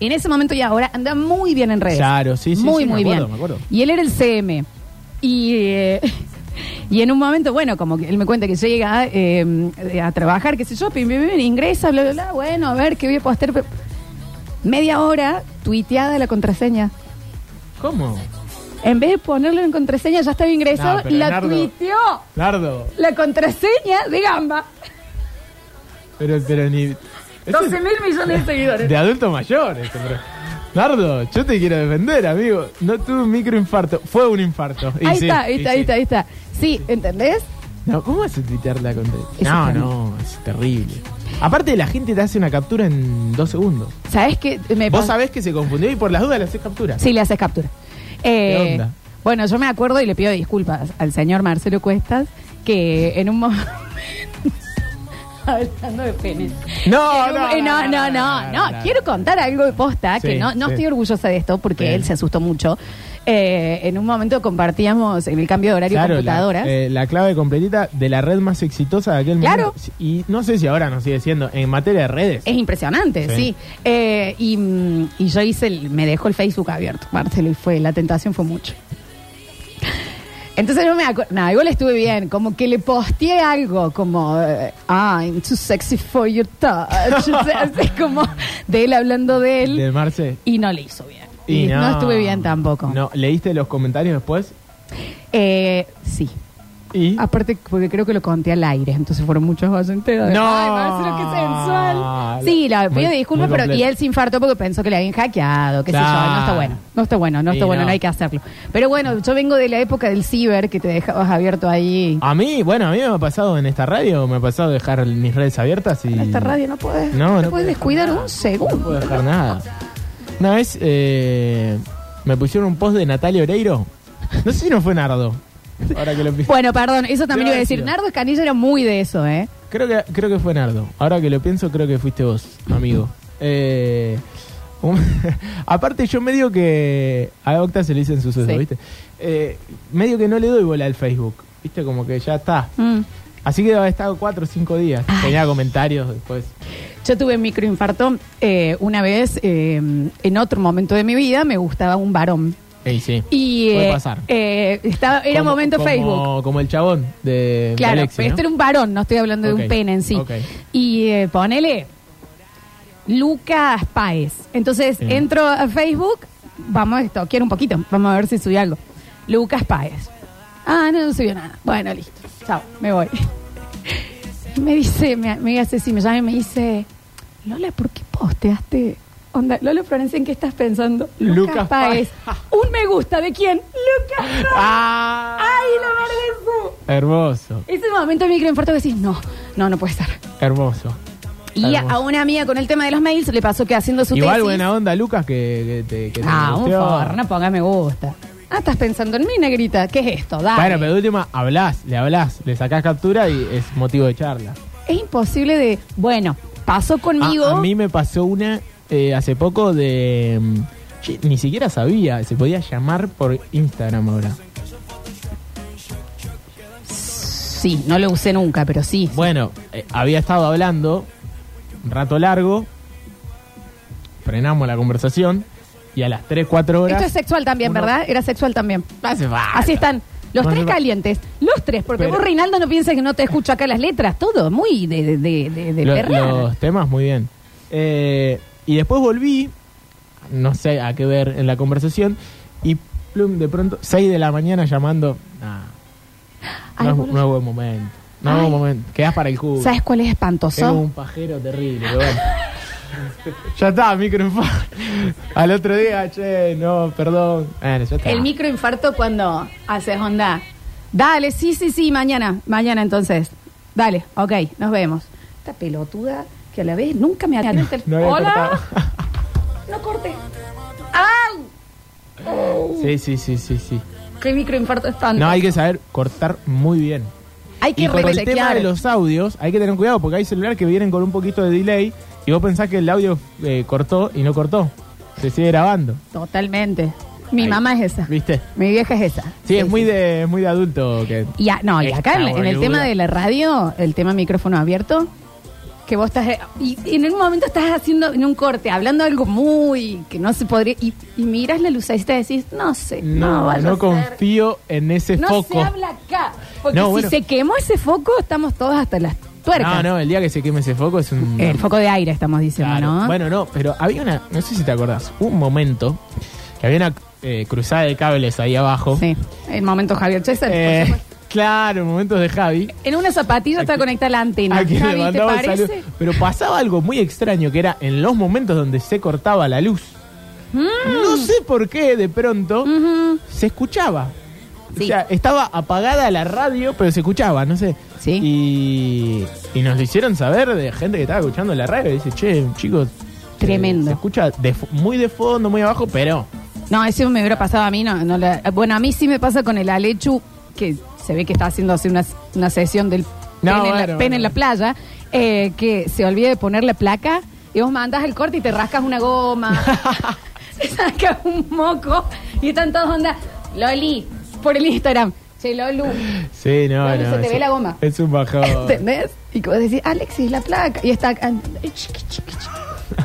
Speaker 2: en ese momento y ahora anda muy bien en redes.
Speaker 4: Claro, sí, sí,
Speaker 2: Muy,
Speaker 4: sí, me
Speaker 2: muy
Speaker 4: acuerdo,
Speaker 2: bien.
Speaker 4: me acuerdo.
Speaker 2: Y él era el CM. Y, eh, y en un momento, bueno, como que él me cuenta que llega eh, a trabajar, qué sé yo, pim, pim, pim, ingresa, bla, bla, bla, bueno, a ver qué voy a postear. pero- Media hora tuiteada la contraseña.
Speaker 4: ¿Cómo?
Speaker 2: En vez de ponerlo en contraseña, ya estaba ingresado,
Speaker 4: No, pero
Speaker 2: la
Speaker 4: Nardo-
Speaker 2: tuiteó.
Speaker 4: Nardo,
Speaker 2: La contraseña de Gamba.
Speaker 4: pero, pero ni... Eso es
Speaker 2: 12 mil millones de seguidores.
Speaker 4: de adulto mayor esto, pero- Nardo, yo te quiero defender, amigo. No tuve un microinfarto, fue un infarto. Y
Speaker 2: Ahí
Speaker 4: sí,
Speaker 2: está, ahí
Speaker 4: y
Speaker 2: está,
Speaker 4: sí.
Speaker 2: ahí está, ahí está. Sí, ¿entendés?
Speaker 4: No, ¿cómo vas a tuitear la contra?
Speaker 2: Es
Speaker 4: No,
Speaker 2: terrible.
Speaker 4: no, es terrible. Aparte, la gente te hace una captura en dos segundos.
Speaker 2: ¿Sabés qué? Me
Speaker 4: Vos
Speaker 2: pas-
Speaker 4: sabés que se confundió y por las dudas le haces captura.
Speaker 2: Sí, le haces captura. Eh,
Speaker 4: ¿Qué onda?
Speaker 2: Bueno, yo me acuerdo y le pido disculpas al señor Marcelo Cuestas que en un momento. Hablando de penes.
Speaker 4: No,
Speaker 2: En un-
Speaker 4: no,
Speaker 2: eh, no, no, no, no. Quiero contar algo de posta, que
Speaker 4: Sí,
Speaker 2: no, no
Speaker 4: sí.
Speaker 2: estoy orgullosa de esto porque
Speaker 4: Sí.
Speaker 2: él se asustó mucho. Eh, en un momento compartíamos en el cambio de horario
Speaker 4: Claro,
Speaker 2: computadoras.
Speaker 4: La, eh, la clave completita de la red más exitosa de aquel
Speaker 2: Claro.
Speaker 4: momento. Y no sé si ahora nos sigue siendo. En materia de redes.
Speaker 2: Es impresionante, sí.
Speaker 4: Sí.
Speaker 2: Eh, y, mm, y yo hice, el- me dejó el Facebook abierto, Marcelo, y fue, la tentación fue mucho. Entonces yo me acuerdo, nada, igual estuve bien, como que le posteé algo como, eh, I'm too sexy for your touch, O sea, así como de él hablando de él,
Speaker 4: de Marce.
Speaker 2: y no le hizo bien. Y, no. estuve bien tampoco.
Speaker 4: No, leíste los comentarios después
Speaker 2: Eh, sí.
Speaker 4: y.
Speaker 2: Aparte, porque creo que lo conté al aire, entonces fueron muchos oyentes. de,
Speaker 4: No.
Speaker 2: Ay, Marcelo, qué sensual. Sí, la
Speaker 4: Muy-
Speaker 2: pido disculpas,
Speaker 4: muy
Speaker 2: pero y
Speaker 4: completo.
Speaker 2: él se infartó porque pensó que le habían hackeado, qué sé yo.
Speaker 4: Claro.
Speaker 2: No está bueno, no está bueno, no está
Speaker 4: Y
Speaker 2: bueno, no.
Speaker 4: no.
Speaker 2: hay que hacerlo. Pero bueno, yo vengo de la época del ciber que te dejabas abierto ahí.
Speaker 4: A mí, bueno, a mí me ha pasado en esta radio, me ha pasado dejar mis redes abiertas y.
Speaker 2: En esta radio no puedes, no,
Speaker 4: No, no
Speaker 2: puedes
Speaker 4: puedo
Speaker 2: descuidar un
Speaker 4: No
Speaker 2: segundo.
Speaker 4: puedo dejar nada. Una vez eh, me pusieron un post de Natalia Oreiro. No sé si no fue Nardo. Ahora que lo pienso.
Speaker 2: Bueno, perdón, eso también iba
Speaker 4: Te iba
Speaker 2: a
Speaker 4: a
Speaker 2: decir.
Speaker 4: decir.
Speaker 2: Nardo Escanilla era muy de eso, ¿eh?
Speaker 4: Creo que, creo que fue Nardo. Ahora que lo pienso, creo que fuiste vos, amigo. Eh, un- aparte, yo medio que. A Octa se le dicen sus
Speaker 2: Sí.
Speaker 4: ¿viste? Eh, medio que no le doy bola al Facebook. ¿Viste? Como que ya está.
Speaker 2: Mm.
Speaker 4: Así que haber estado cuatro o cinco días.
Speaker 2: Ah.
Speaker 4: Tenía comentarios después.
Speaker 2: Yo tuve microinfarto eh, una vez, eh, en otro momento de mi vida, me gustaba un varón.
Speaker 4: Ey, sí.
Speaker 2: Y
Speaker 4: Puede
Speaker 2: eh,
Speaker 4: pasar.
Speaker 2: eh, estaba, era
Speaker 4: Como-
Speaker 2: momento
Speaker 4: como-
Speaker 2: Facebook.
Speaker 4: Como el chabón de.
Speaker 2: Claro,
Speaker 4: Alexi,
Speaker 2: pero
Speaker 4: ¿no?
Speaker 2: este era un varón, no estoy hablando de
Speaker 4: Ok,
Speaker 2: un pene en sí.
Speaker 4: ok.
Speaker 2: Y eh, ponele Lucas Páez. Entonces
Speaker 4: Bien.
Speaker 2: entro a Facebook, vamos a estoquear un poquito, vamos a ver si subí algo. Lucas Páez. Ah, no, no subió nada. Bueno, listo. Chao, me voy. Y me dice, me, me hace así, me llama y me dice, Lola, ¿por qué posteaste? Onda, Lola Florencia, ¿en qué estás pensando?
Speaker 4: Lucas
Speaker 2: Páez.
Speaker 4: Páez.
Speaker 2: Un me gusta, ¿de quién? Lucas Páez.
Speaker 4: ¡Ah!
Speaker 2: ¡Ay, la vergüenza!
Speaker 4: Hermoso,
Speaker 2: Ese momento de microinfarto que decís, no, no, no puede estar.
Speaker 4: hermoso.
Speaker 2: Y a,
Speaker 4: Hermoso.
Speaker 2: a una amiga con el tema de los mails le pasó que haciendo su
Speaker 4: Igual
Speaker 2: tesis...
Speaker 4: buena onda, Lucas, que, que te que te
Speaker 2: ah, un
Speaker 4: gusteó.
Speaker 2: favor, no ponga me gusta. Ah, estás pensando en mí, negrita. ¿Qué es esto? Dale.
Speaker 4: Bueno, pero de última, hablás, le hablás, le sacás captura y es motivo de charla.
Speaker 2: Es imposible de... Bueno, pasó
Speaker 4: A,
Speaker 2: conmigo...
Speaker 4: Ah, a mí me pasó una eh, hace poco de... mm, che, ni siquiera sabía, se podía llamar por Instagram ahora.
Speaker 2: Sí, no lo usé nunca, pero sí.
Speaker 4: Bueno, eh, había estado hablando un rato largo, frenamos la conversación y a las 3, 4 horas...
Speaker 2: esto es sexual también,
Speaker 4: uno-
Speaker 2: ¿verdad? Era sexual también.
Speaker 4: No hace falta.
Speaker 2: Así están. Los
Speaker 4: No hace
Speaker 2: tres
Speaker 4: fa-
Speaker 2: calientes, los tres, porque
Speaker 4: Pero-
Speaker 2: vos, Reinaldo, no pienses que no te escucho acá las letras, todo, muy de, de, de, de, de
Speaker 4: Lo-
Speaker 2: perrear.
Speaker 4: los temas, muy bien. Eh, y después volví, no sé a qué ver en la conversación, y plum, de pronto, 6 de la mañana llamando. Nah,
Speaker 2: Ay,
Speaker 4: no, es,
Speaker 2: boludo.
Speaker 4: no es buen momento. No
Speaker 2: Ay.
Speaker 4: es buen momento. Quedás para el cubo.
Speaker 2: ¿Sabes cuál es espantoso?
Speaker 4: Es un pajero terrible, pero bueno. ya está, microinfarto. Al otro día, che, no, perdón. Bueno, ya está.
Speaker 2: El microinfarto cuando haces onda. Dale, sí, sí, sí, mañana, mañana entonces. Dale, ok, nos vemos. Esta pelotuda que a la vez nunca me atenta el
Speaker 4: No había
Speaker 2: Hola,
Speaker 4: cortado.
Speaker 2: no corte. ¡Ay!
Speaker 4: sí, sí, sí, sí, sí.
Speaker 2: ¡Qué microinfarto es tanto!
Speaker 4: No, hay que saber cortar muy bien.
Speaker 2: Hay que
Speaker 4: y con el tema
Speaker 2: rechequear.
Speaker 4: de los audios hay que tener cuidado porque hay celulares que vienen con un poquito de delay y vos pensás que el audio eh, cortó y no cortó. Se sigue grabando.
Speaker 2: Totalmente. Mi mamá es esa.
Speaker 4: ¿Viste?
Speaker 2: Mi vieja es esa.
Speaker 4: Sí, es muy de, es muy de adulto que
Speaker 2: Y a- no, y acá en,
Speaker 4: Esta
Speaker 2: en el
Speaker 4: boluda.
Speaker 2: tema de la radio, el tema micrófono abierto, que vos estás. eh, Y, y en un momento estás haciendo en un corte, hablando algo muy. que no se podría. Y, y miras la lucecita y decís, no sé, no,
Speaker 4: no,
Speaker 2: vaya
Speaker 4: no
Speaker 2: a ser.
Speaker 4: confío en ese
Speaker 2: No se
Speaker 4: foco.
Speaker 2: habla acá. Porque
Speaker 4: No,
Speaker 2: si
Speaker 4: bueno.
Speaker 2: se quemó ese foco, estamos todos hasta las tuercas.
Speaker 4: No, no, el día que se queme ese foco es un...
Speaker 2: El foco de aire, estamos diciendo,
Speaker 4: Claro.
Speaker 2: ¿no?
Speaker 4: Bueno, no, pero había una, no sé si te acordás, hubo un momento que había una eh, cruzada de cables ahí abajo.
Speaker 2: Sí, el momento Javier Chesel. por
Speaker 4: Eh,
Speaker 2: supuesto.
Speaker 4: claro, momentos de Javi.
Speaker 2: en una zapatilla está conectada la antena.
Speaker 4: A quien le
Speaker 2: Javi, ¿te
Speaker 4: mandaba un
Speaker 2: parece?
Speaker 4: saludo. Pero pasaba algo muy extraño que era en los momentos donde se cortaba la luz.
Speaker 2: Mm.
Speaker 4: No sé por qué de pronto
Speaker 2: Ujú.
Speaker 4: se escuchaba.
Speaker 2: Mm. Sí.
Speaker 4: O sea, estaba apagada la radio, pero se escuchaba, no sé.
Speaker 2: Sí.
Speaker 4: Y, y nos lo hicieron saber de gente que estaba escuchando la radio. Y dice, che, chicos. eh,
Speaker 2: Tremendo.
Speaker 4: se escucha de fo- muy de fondo, muy abajo, pero.
Speaker 2: No, eso me hubiera pasado a mí. No, no la- bueno, a mí sí me pasa con el Alechu, que se ve que está haciendo así una, una sesión del pen, en, la,
Speaker 4: bueno,
Speaker 2: pen en
Speaker 4: bueno.
Speaker 2: la playa, eh, que se olvida de poner la placa y vos mandás el corte y te rascas una goma, te sacas un moco y están todos onda, Loli, por el Instagram. Che, Lolu,
Speaker 4: Oh. Sí, no,
Speaker 2: Bueno,
Speaker 4: no.
Speaker 2: se te
Speaker 4: es-
Speaker 2: ve la goma.
Speaker 4: Es un bajón.
Speaker 2: ¿entendés? Y que vos decís, Alexis, la placa. Y está... acá, ay, chiqui, chiqui, chiqui.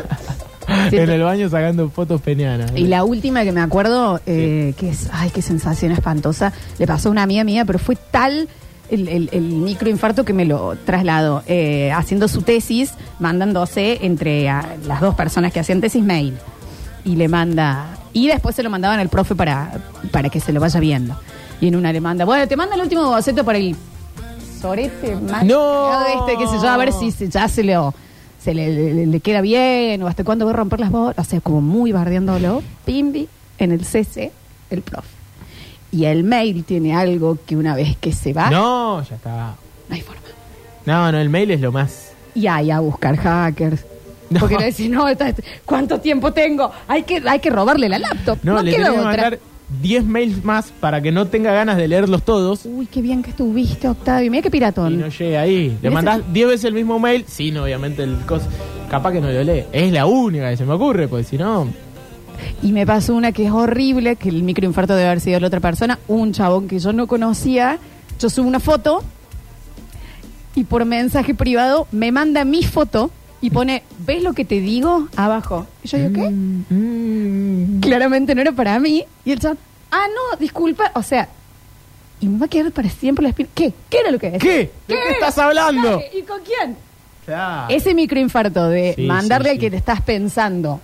Speaker 2: Sí,
Speaker 4: en el baño sacando fotos penianas.
Speaker 2: Y la última que me acuerdo, eh, que es, ay, qué sensación espantosa, le pasó a una amiga mía, pero fue tal el, el- el microinfarto que me lo trasladó, eh, haciendo su tesis, mandándose entre a las dos personas que hacían tesis mail. Y le manda, y después se lo mandaban al profe para, para que se lo vaya viendo. Y en una le manda, bueno, te manda el último boceto por el sorete más
Speaker 4: ¡No!
Speaker 2: este, qué sé yo, a ver si se- ya se lo se le, le- le queda bien o hasta cuándo va a romper las bolas, o sea, como muy bardeándolo, pimbi, en el CC, el profe. Y el mail tiene algo que una vez que se va, no,
Speaker 4: No, ya está.
Speaker 2: hay forma.
Speaker 4: No, no, el mail es lo más.
Speaker 2: Y ahí a buscar hackers.
Speaker 4: No.
Speaker 2: Porque le decís, no, esta- esta- ¿cuánto tiempo tengo? Hay que, hay que robarle la laptop.
Speaker 4: No,
Speaker 2: No,
Speaker 4: le
Speaker 2: queda
Speaker 4: tenés que
Speaker 2: otra.
Speaker 4: mandar 10 mails más para que no tenga ganas de leerlos todos.
Speaker 2: Uy, qué bien que estuviste, Octavio. Mira qué
Speaker 4: Y
Speaker 2: piratón.
Speaker 4: no llega ahí. Le
Speaker 2: Ese-
Speaker 4: mandás 10 veces el mismo mail. Sí, no, obviamente el cos. Capaz que no lo lee. Es la única que se me ocurre, porque si no.
Speaker 2: Y me pasó una que es horrible, que el microinfarto debe haber sido la otra persona, un chabón que yo no conocía. Yo subo una foto y por mensaje privado me manda mi foto y pone, ¿ves lo que te digo? Abajo. Y yo digo, ¿qué?
Speaker 4: Mm.
Speaker 2: Claramente no era para mí. Y el chat, ah, no, disculpa. O sea, y me va a quedar para siempre la espina. ¿Qué? ¿Qué era lo que decía?
Speaker 4: ¿Qué? ¿De qué estás hablando?
Speaker 2: Dale, ¿Y con quién?
Speaker 4: Claro.
Speaker 2: Ese microinfarto de
Speaker 4: Ah. Sí,
Speaker 2: mandarle
Speaker 4: sí,
Speaker 2: al
Speaker 4: sí.
Speaker 2: que te estás pensando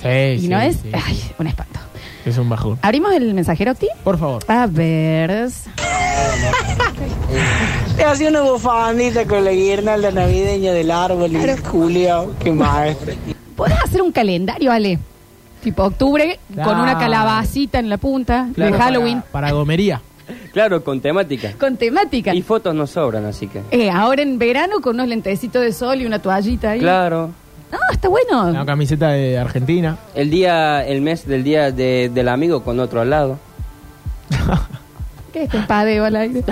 Speaker 4: Sí,
Speaker 2: y
Speaker 4: sí,
Speaker 2: no es,
Speaker 4: sí.
Speaker 2: ay, un espanto.
Speaker 4: Es un bajón.
Speaker 2: ¿Abrimos el mensajero, Octi?
Speaker 4: Por favor.
Speaker 2: A ver.
Speaker 8: Te hacía una bufandita con la guirnalda navideña del árbol y Julio, qué maestro.
Speaker 2: ¿Podés hacer un calendario, Ale? Tipo octubre,
Speaker 4: Claro.
Speaker 2: con una calabacita en la punta
Speaker 3: Claro,
Speaker 2: de
Speaker 3: para-
Speaker 2: Halloween,
Speaker 4: Para gomería.
Speaker 3: Claro, con temática.
Speaker 2: con temática.
Speaker 3: Y fotos no sobran, así que.
Speaker 2: Eh, ahora en verano con unos lentecitos de sol y una toallita ahí.
Speaker 3: Claro.
Speaker 2: No, está bueno.
Speaker 4: Una camiseta de Argentina.
Speaker 3: El día, el mes del día de- del amigo con otro al lado.
Speaker 2: ¿Qué es este padeo al aire?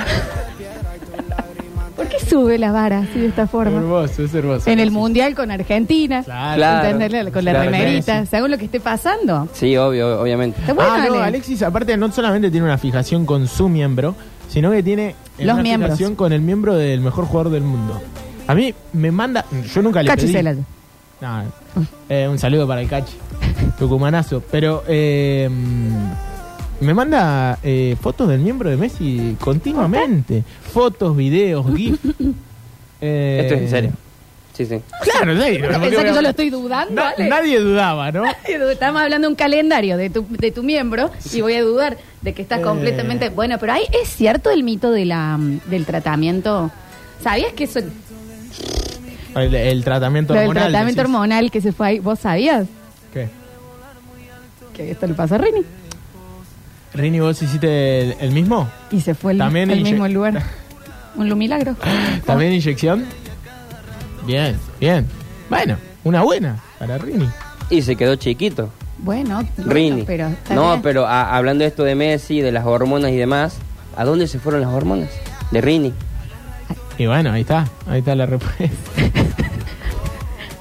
Speaker 2: ¿Por qué sube la vara así de esta forma?
Speaker 4: Hermoso, es hermoso.
Speaker 2: En el mundial con Argentina.
Speaker 4: Claro.
Speaker 3: Claro.
Speaker 2: ¿entendés? Con la
Speaker 3: Claro,
Speaker 2: remerita,
Speaker 4: sí.
Speaker 2: según lo que esté pasando.
Speaker 3: Sí, obvio, obviamente.
Speaker 2: Está bueno,
Speaker 4: ah, no,
Speaker 2: Ale.
Speaker 4: Alexis, aparte, no solamente tiene una fijación con su miembro, sino que tiene eh,
Speaker 2: Los
Speaker 4: una
Speaker 2: miembros.
Speaker 4: fijación con el miembro del mejor jugador del mundo. A mí me manda. Yo nunca le
Speaker 2: Cachi
Speaker 4: pedí.
Speaker 2: Celaya.
Speaker 4: No, eh, un saludo para el Cachi. Tucumanazo. Pero. eh, me manda eh, fotos del miembro de Messi continuamente. Fotos, videos, GIF. Eh,
Speaker 3: Esto es en serio. Sí, sí.
Speaker 4: Claro, en serio.
Speaker 2: ¿Pensás que yo lo estoy dudando,
Speaker 4: Na-
Speaker 2: Ale?
Speaker 4: Nadie dudaba, ¿no?
Speaker 2: Estamos hablando de un calendario de tu, de tu miembro y voy a dudar de que estás
Speaker 4: Eh.
Speaker 2: completamente... Bueno, pero ahí es cierto el mito de la, mm, del tratamiento. ¿Sabías que eso,
Speaker 4: El, el tratamiento
Speaker 2: lo del
Speaker 4: hormonal.
Speaker 2: tratamiento
Speaker 4: decís.
Speaker 2: hormonal que se fue ahí? ¿Vos sabías
Speaker 4: ¿Qué?
Speaker 2: que esto le pasó a Rini?
Speaker 4: Rini, ¿vos hiciste el, el mismo?
Speaker 2: Y se fue el,
Speaker 4: También
Speaker 2: al
Speaker 4: inye-
Speaker 2: mismo lugar. Un lumilagro.
Speaker 4: ¿También inyección? Bien, bien. Bueno, una buena para Rini.
Speaker 3: Y se quedó chiquito.
Speaker 2: Bueno, bueno,
Speaker 3: Rini.
Speaker 2: pero... está
Speaker 3: no,
Speaker 2: bien.
Speaker 3: pero a- hablando de esto de Messi, de las hormonas y demás, ¿a dónde se fueron las hormonas? De Rini.
Speaker 4: Y bueno, ahí está, ahí está la respuesta.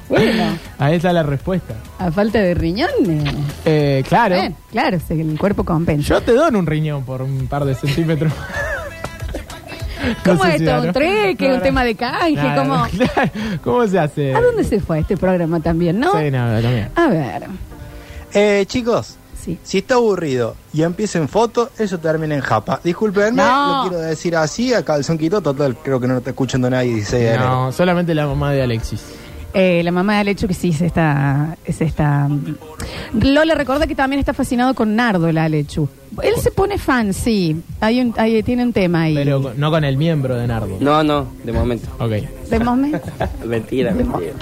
Speaker 2: Bueno,
Speaker 4: Ahí está la respuesta.
Speaker 2: A falta de riñones.
Speaker 4: Eh, claro.
Speaker 2: Bien, claro, se- el cuerpo compensa.
Speaker 4: Yo te dono un riñón por un par de centímetros.
Speaker 2: ¿Cómo
Speaker 4: No sé
Speaker 2: es
Speaker 4: si
Speaker 2: esto?
Speaker 4: dará.
Speaker 2: ¿Un trueque?
Speaker 4: No,
Speaker 2: ¿Un
Speaker 4: no.
Speaker 2: tema de canje?
Speaker 4: No, no,
Speaker 2: ¿Cómo?
Speaker 4: no, claro. ¿Cómo se hace?
Speaker 2: ¿A dónde se fue este programa también, no?
Speaker 4: Sí, no, también.
Speaker 2: A ver,
Speaker 9: Eh, chicos,
Speaker 2: sí.
Speaker 9: si está aburrido y empieza en foto, eso termina en japa.
Speaker 2: Ah.
Speaker 9: Disculpenme,
Speaker 2: No.
Speaker 9: lo quiero decir así, a calzón quito, total, creo que no lo está escuchando nadie 16 de enero.
Speaker 4: No, solamente la mamá de Alexis.
Speaker 2: Eh, la mamá de Alechu que sí se está, se está. Lola recuerda que también está fascinado con Nardo, la Alechu. Él se pone fan, sí. Hay un, hay- tiene un tema ahí.
Speaker 4: Pero con- no con el miembro de Nardo.
Speaker 3: No, no, de momento.
Speaker 4: Ok.
Speaker 2: De momento.
Speaker 3: mentira, mentira.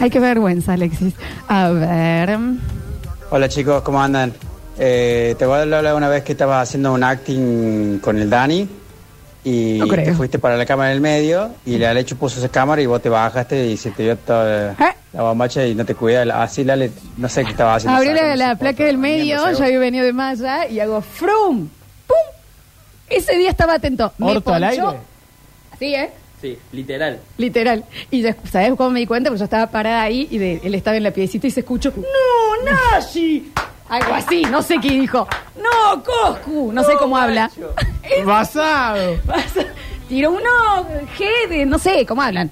Speaker 2: Ay, qué vergüenza, Alexis. A ver.
Speaker 10: Hola chicos, ¿cómo andan? Eh, te voy a hablar una vez que estabas haciendo un acting con el Dani y
Speaker 2: No creo.
Speaker 10: te fuiste para la cámara del medio y la Lechu puso esa cámara y vos te bajaste y se te dio toda
Speaker 2: ¿Eh?
Speaker 10: la bombacha y no te cuidas. Así Lale, no sé qué estaba haciendo.
Speaker 2: Abrí
Speaker 10: Sacó
Speaker 2: la,
Speaker 10: esa
Speaker 2: la
Speaker 10: foto,
Speaker 2: placa del medio,
Speaker 10: bañándose.
Speaker 2: yo había venido de más allá y hago frum. ¡Pum! Ese día estaba atento. Me
Speaker 4: ¿Orto al
Speaker 2: ponchó.
Speaker 4: aire?
Speaker 2: Así, ¿eh?
Speaker 3: Sí, literal.
Speaker 2: Literal. Y ya, ¿sabes cómo me di cuenta? Porque yo estaba parada ahí y de- él estaba en la piecita y se escuchó, ¡No, Nashi! Algo así, no sé qué dijo. ¡No, Coscu! No sé cómo habla.
Speaker 4: Basado.
Speaker 2: Tiró un no, G de, no sé cómo hablan.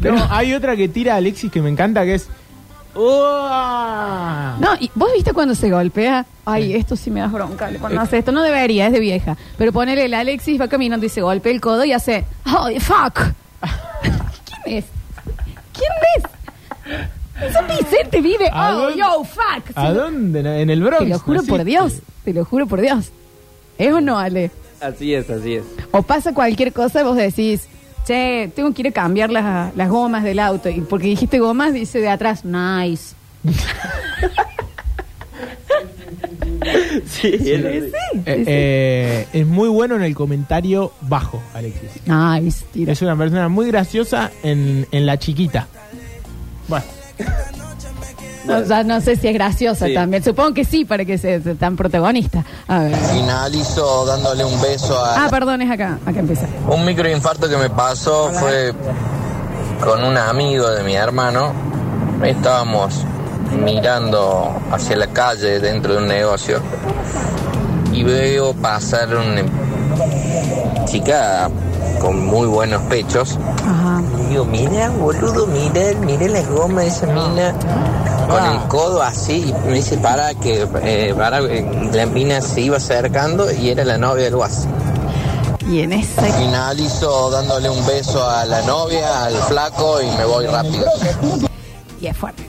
Speaker 4: No, hay otra que tira a Alexis que me encanta que es. ¡Uah!
Speaker 2: No, y vos viste cuando se golpea. Ay, esto sí me das bronca. Ale,
Speaker 4: Eh,
Speaker 2: Cuando hace esto, no debería, es de vieja. Pero ponele el Alexis, va caminando y se golpea el codo y hace. ¡Ay, fuck! ¿Quién es? ¿Quién es? Es un Vicente vive.
Speaker 4: ¿A
Speaker 2: ¡Oh,
Speaker 4: dónde-
Speaker 2: yo, fuck!
Speaker 4: ¿A
Speaker 2: Sí,
Speaker 4: dónde? En el Bronx.
Speaker 2: Te lo juro por
Speaker 4: naciste.
Speaker 2: Dios. Te lo juro por Dios. ¿Es o no, Ale?
Speaker 3: Así es, así es.
Speaker 2: O pasa cualquier cosa y vos decís. Che, tengo que ir a cambiar las, las gomas del auto. Y porque dijiste gomas, dice de atrás, nice.
Speaker 3: Sí, es
Speaker 2: Sí,
Speaker 3: así.
Speaker 2: sí,
Speaker 4: Eh,
Speaker 2: sí.
Speaker 4: eh, es muy bueno en el comentario bajo, Alexis.
Speaker 2: Nice, tira.
Speaker 4: Es una persona muy graciosa en, en la chiquita. Bueno,
Speaker 2: No, ya no sé si es graciosa
Speaker 3: Sí.
Speaker 2: también. Supongo que sí, para que sea tan protagonista. A ver.
Speaker 11: Finalizo dándole un beso a...
Speaker 2: Ah, perdón, es acá. Acá empieza.
Speaker 11: Un microinfarto que me pasó fue con un amigo de mi hermano. Estábamos mirando hacia la calle dentro de un negocio y veo pasar una chica con muy buenos pechos.
Speaker 2: Ajá.
Speaker 11: Y digo, mira, boludo, mira, mira la goma de esa mina. Con el codo así, y me dice, para que eh, para, eh, la mina se iba acercando y era la novia del guas.
Speaker 2: Y en ese.
Speaker 11: Finalizo dándole un beso a la novia, al flaco y me voy rápido.
Speaker 2: Y es fuerte.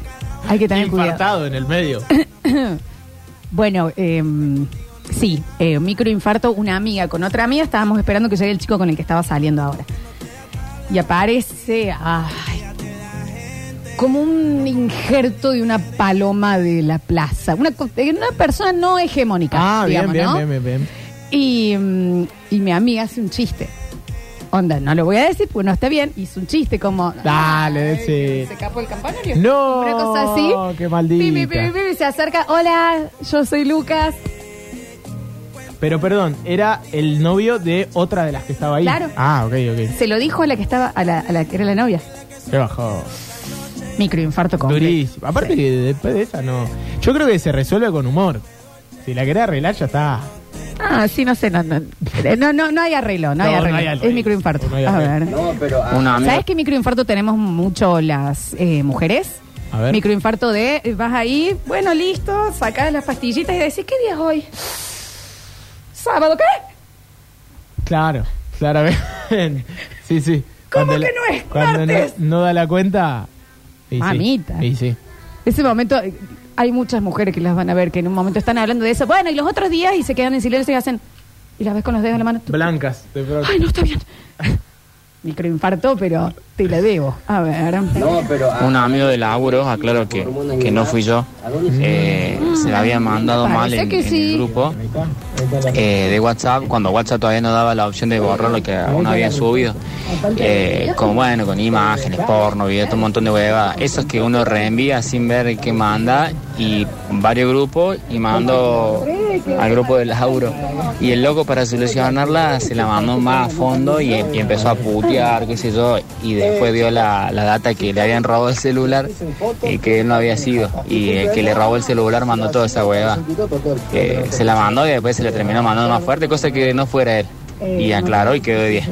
Speaker 2: Hay que tener cuidado.
Speaker 4: infartado en el medio.
Speaker 2: Bueno, eh, sí, eh, microinfarto, una amiga con otra amiga. Estábamos esperando que llegue el chico con el que estaba saliendo ahora. Y aparece. Ay, como un injerto de una paloma de la plaza. Una, co- una persona no hegemónica.
Speaker 4: Ah, bien,
Speaker 2: digamos,
Speaker 4: bien,
Speaker 2: ¿no?
Speaker 4: bien, bien, bien.
Speaker 2: Y, mm, y mi amiga hace un chiste. Onda, no lo voy a decir porque no está bien. Hizo un chiste como.
Speaker 4: Dale,
Speaker 2: "Ay,
Speaker 4: sí.
Speaker 2: Se escapó el campanario.
Speaker 4: No,
Speaker 2: Una cosa así.
Speaker 4: qué maldita.
Speaker 2: Pi, pi, pi, pi, pi, se acerca. Hola, yo soy Lucas.
Speaker 4: Pero perdón, era el novio de otra de las que estaba ahí.
Speaker 2: Claro.
Speaker 4: Ah, ok, ok.
Speaker 2: Se lo dijo a la que estaba, a la, a la que era la novia.
Speaker 4: Se bajó.
Speaker 2: Microinfarto con.
Speaker 4: Durísimo. Aparte que después de esa no. Yo creo que se resuelve con humor. Si la querés arreglar, ya está.
Speaker 2: Ah, sí, no sé. No, no, no, no, no hay arreglo, no, hay
Speaker 4: No, no
Speaker 2: arreglo.
Speaker 4: hay arreglo.
Speaker 2: Es microinfarto.
Speaker 4: No hay
Speaker 2: a
Speaker 4: arreglo.
Speaker 2: ver. ¿Sabes que microinfarto tenemos mucho las eh, mujeres?
Speaker 4: A ver.
Speaker 2: Microinfarto de, eh, vas ahí, bueno, listo, sacas las pastillitas y decís, ¿qué día es hoy? ¿Sábado qué?
Speaker 4: Claro, claramente. sí, sí.
Speaker 2: ¿Cómo
Speaker 4: Cuando
Speaker 2: que
Speaker 4: la-
Speaker 2: no es
Speaker 4: Cuando no,
Speaker 2: martes?
Speaker 4: no da la cuenta. y sí,
Speaker 2: Mamita.
Speaker 4: y sí.
Speaker 2: Ese momento, eh, hay muchas mujeres que las van a ver que en un momento están hablando de eso, bueno, y los otros días y se quedan en silencio y hacen, y las ves con los dedos en la mano. tú-
Speaker 4: Blancas, de pronto.
Speaker 2: Ay, no, está bien. Microinfarto, pero te la debo. A ver.
Speaker 10: Un amigo de laburo, aclaro que, que no fui yo, eh, se la había mandado
Speaker 2: Parece
Speaker 10: mal en,
Speaker 2: que
Speaker 10: en
Speaker 2: sí.
Speaker 10: el grupo eh, de WhatsApp, cuando WhatsApp todavía no daba la opción de borrar lo que uno había subido, eh, con, bueno, con imágenes, porno, videos, un montón de huevadas, esos que uno reenvía sin ver qué manda, y varios grupos, y mandó al grupo del Lauro. Y el loco para solucionarla se la mandó más a fondo y, y empezó a putear, qué sé yo. Y después dio la, la data que le habían robado el celular y que él no había sido. Y el que le robó el celular mandó toda esa hueva. Eh, se la mandó y después se la terminó mandando más fuerte, cosa que no fuera él.
Speaker 2: Eh,
Speaker 10: Y aclaró y quedó bien.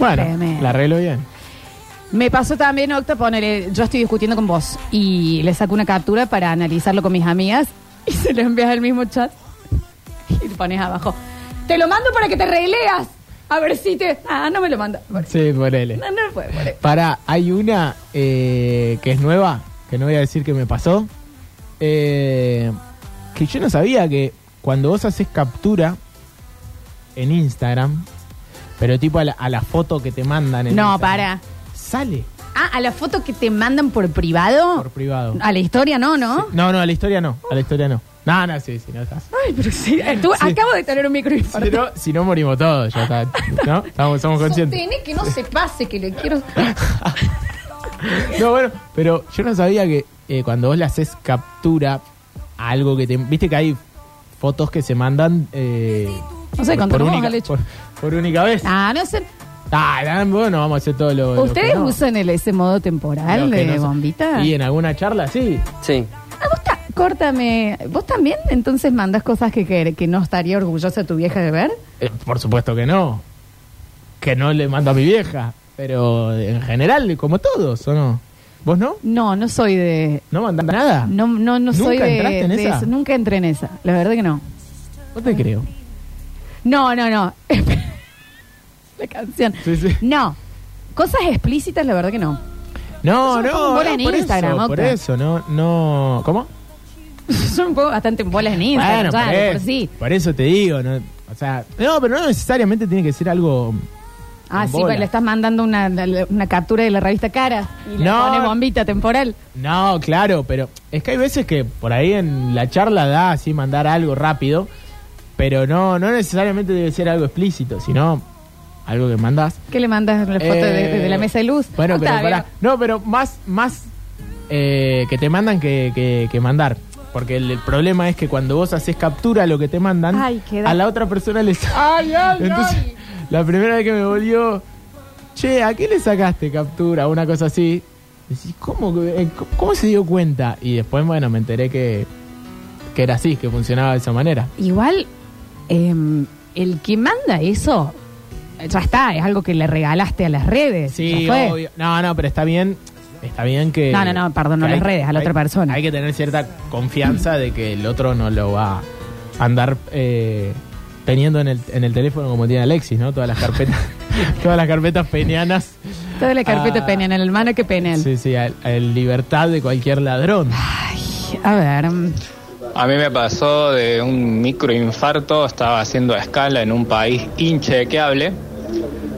Speaker 4: Bueno, la arreglo bien.
Speaker 2: Me pasó también, Octa, ponele, yo estoy discutiendo con vos y le saco una captura para analizarlo con mis amigas y se lo envías al mismo chat y te pones abajo. Te lo mando para que te releas. A ver si te... Ah, no me lo manda. Bueno,
Speaker 4: Sí, ponele.
Speaker 2: No, no puede, ponele.
Speaker 4: Para, hay una eh, que es nueva, que no voy a decir que me pasó, eh, que yo no sabía que cuando vos haces captura en Instagram, pero tipo a la, a la foto que te mandan en
Speaker 2: No, para.
Speaker 4: Instagram, Sale
Speaker 2: Ah, a la foto que te mandan por privado.
Speaker 4: por privado.
Speaker 2: A la historia no, ¿no?
Speaker 4: No, no, a la historia no, a la historia no. No, no, sí, sí, no estás.
Speaker 2: Ay, pero sí. eh, tú-
Speaker 4: Sí.
Speaker 2: Acabo de tener un microinfarto.
Speaker 4: Si no, si no morimos todos, ya está. ¿No? Estamos, somos conscientes.
Speaker 2: Sostené que no se pase, que le quiero...
Speaker 4: No, bueno, pero yo no sabía que eh, cuando vos le haces captura a algo que te... Viste que hay fotos que se mandan... eh,
Speaker 2: No sé,
Speaker 4: por-
Speaker 2: contra
Speaker 4: por,
Speaker 2: vos,
Speaker 4: única,
Speaker 2: Alex.
Speaker 4: por, por única vez.
Speaker 2: Ah, no sé.
Speaker 4: Ah, dan, bueno, vamos a hacer todo lo... lo
Speaker 2: ¿Ustedes
Speaker 4: que no.
Speaker 2: usan el, ese modo
Speaker 4: Lo
Speaker 2: temporal
Speaker 4: que
Speaker 2: de
Speaker 4: no se-
Speaker 2: bombita?
Speaker 4: Y en alguna charla, sí.
Speaker 3: Sí.
Speaker 2: Ah, vos ta- córtame. ¿Vos también entonces mandas cosas que, que, que no estaría orgullosa tu vieja de ver?
Speaker 4: Eh, por supuesto que no. Que no le mando a mi vieja. Pero en general, como todos, ¿o no? ¿Vos no?
Speaker 2: No, no soy de...
Speaker 4: ¿No mandan nada?
Speaker 2: No, no, no soy
Speaker 4: ¿Nunca
Speaker 2: de,
Speaker 4: entraste en
Speaker 2: de
Speaker 4: esa?
Speaker 2: eso. Nunca entré en esa. La verdad que no.
Speaker 4: No te creo.
Speaker 2: No, no, no. la canción.
Speaker 4: Sí, sí.
Speaker 2: No. Cosas explícitas, la verdad que no.
Speaker 4: No,
Speaker 2: Yo me pongo
Speaker 4: no,
Speaker 2: en bola
Speaker 4: no,
Speaker 2: en
Speaker 4: por
Speaker 2: Instagram,
Speaker 4: eso, por
Speaker 2: Octa.
Speaker 4: eso, no, no, ¿cómo?
Speaker 2: Yo me pongo bastante en bolas en Instagram.
Speaker 4: Bueno,
Speaker 2: ya,
Speaker 4: por,
Speaker 2: de por
Speaker 4: eso,
Speaker 2: sí.
Speaker 4: por eso te digo, no, o sea, no, pero no necesariamente tiene que ser algo.
Speaker 2: Ah,
Speaker 4: en
Speaker 2: sí,
Speaker 4: bola.
Speaker 2: pues le estás mandando una, una captura de la revista Cara y le
Speaker 4: No.
Speaker 2: pone bombita temporal.
Speaker 4: No, claro, pero es que hay veces que por ahí en la charla da así mandar algo rápido, pero no, no necesariamente debe ser algo explícito, sino algo que mandás.
Speaker 2: ¿Qué le mandas la foto de-
Speaker 4: Eh,
Speaker 2: de, de la mesa de luz? Ah,
Speaker 4: Bueno, pero
Speaker 2: Octavio.
Speaker 4: pará. No, pero más, más eh, que te mandan que, que- que mandar. Porque el, el problema es que cuando vos haces captura a lo que te mandan,
Speaker 2: Ay, qué da-
Speaker 4: a la otra persona le sa- Entonces, la primera vez que me volvió, che, ¿a qué le sacaste captura? Una cosa así. Decís, ¿cómo, que- eh, c- ¿cómo se dio cuenta? Y después, bueno, me enteré que, que era así, que funcionaba de esa manera.
Speaker 2: Igual, em, el que manda eso, eh, ya está, es algo que le regalaste a las redes.
Speaker 4: Sí,
Speaker 2: ya fue.
Speaker 4: obvio. No, no, pero está bien. Está bien que.
Speaker 2: No, no, no, perdón, no
Speaker 4: que
Speaker 2: les
Speaker 4: hay-
Speaker 2: redes a la
Speaker 4: hay-
Speaker 2: otra persona.
Speaker 4: Hay que tener cierta confianza de que el otro no lo va a andar eh, teniendo en el, en el teléfono como tiene Alexis, ¿no? Todas las carpetas. todas las carpetas penianas.
Speaker 2: Toda la carpeta
Speaker 4: Ah.
Speaker 2: penal, el hermano que penal.
Speaker 4: Sí, sí, al- al libertad de cualquier ladrón.
Speaker 2: A ver, mm,
Speaker 12: A mí me pasó de un microinfarto, estaba haciendo escala en un país inchequeable.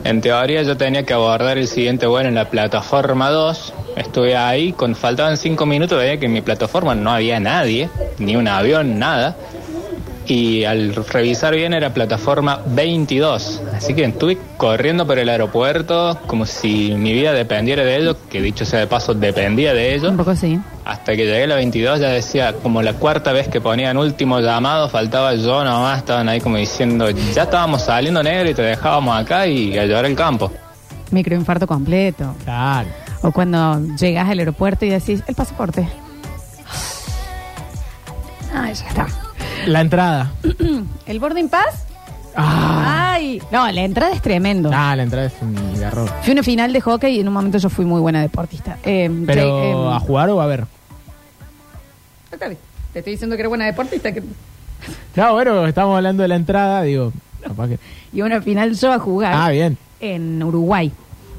Speaker 12: En teoría yo tenía que abordar el siguiente vuelo en la plataforma 2. Estuve ahí, con, faltaban 5 minutos, veía que en mi plataforma no había nadie, ni un avión, nada. Y al revisar bien era plataforma 22. Así que estuve corriendo por el aeropuerto como si mi vida dependiera de ello, que dicho sea de paso dependía de ello.
Speaker 2: un poco sí.
Speaker 12: Hasta que llegué a la 22 ya decía, como la cuarta vez que ponían último llamado, faltaba yo nomás, estaban ahí como diciendo, ya estábamos saliendo negro y te dejábamos acá y a llorar el campo.
Speaker 2: Microinfarto completo.
Speaker 4: Claro.
Speaker 2: O cuando llegas al aeropuerto y decís, el pasaporte. Ay, ya está.
Speaker 4: La entrada.
Speaker 2: ¿El boarding pass?
Speaker 4: Ah,
Speaker 2: Ay, no, la entrada es tremendo.
Speaker 4: nah, Ah, la entrada es un garro.
Speaker 2: Fui a una final de hockey y en un momento yo fui muy buena deportista. Eh, Jay,
Speaker 4: Pero,
Speaker 2: eh,
Speaker 4: ¿a jugar o a ver?
Speaker 2: Octavio, Te estoy diciendo que eres buena deportista. Que...
Speaker 4: No, bueno, estamos hablando de la entrada, digo. capaz que-
Speaker 2: Y una final yo a jugar
Speaker 4: Ah, bien.
Speaker 2: en Uruguay.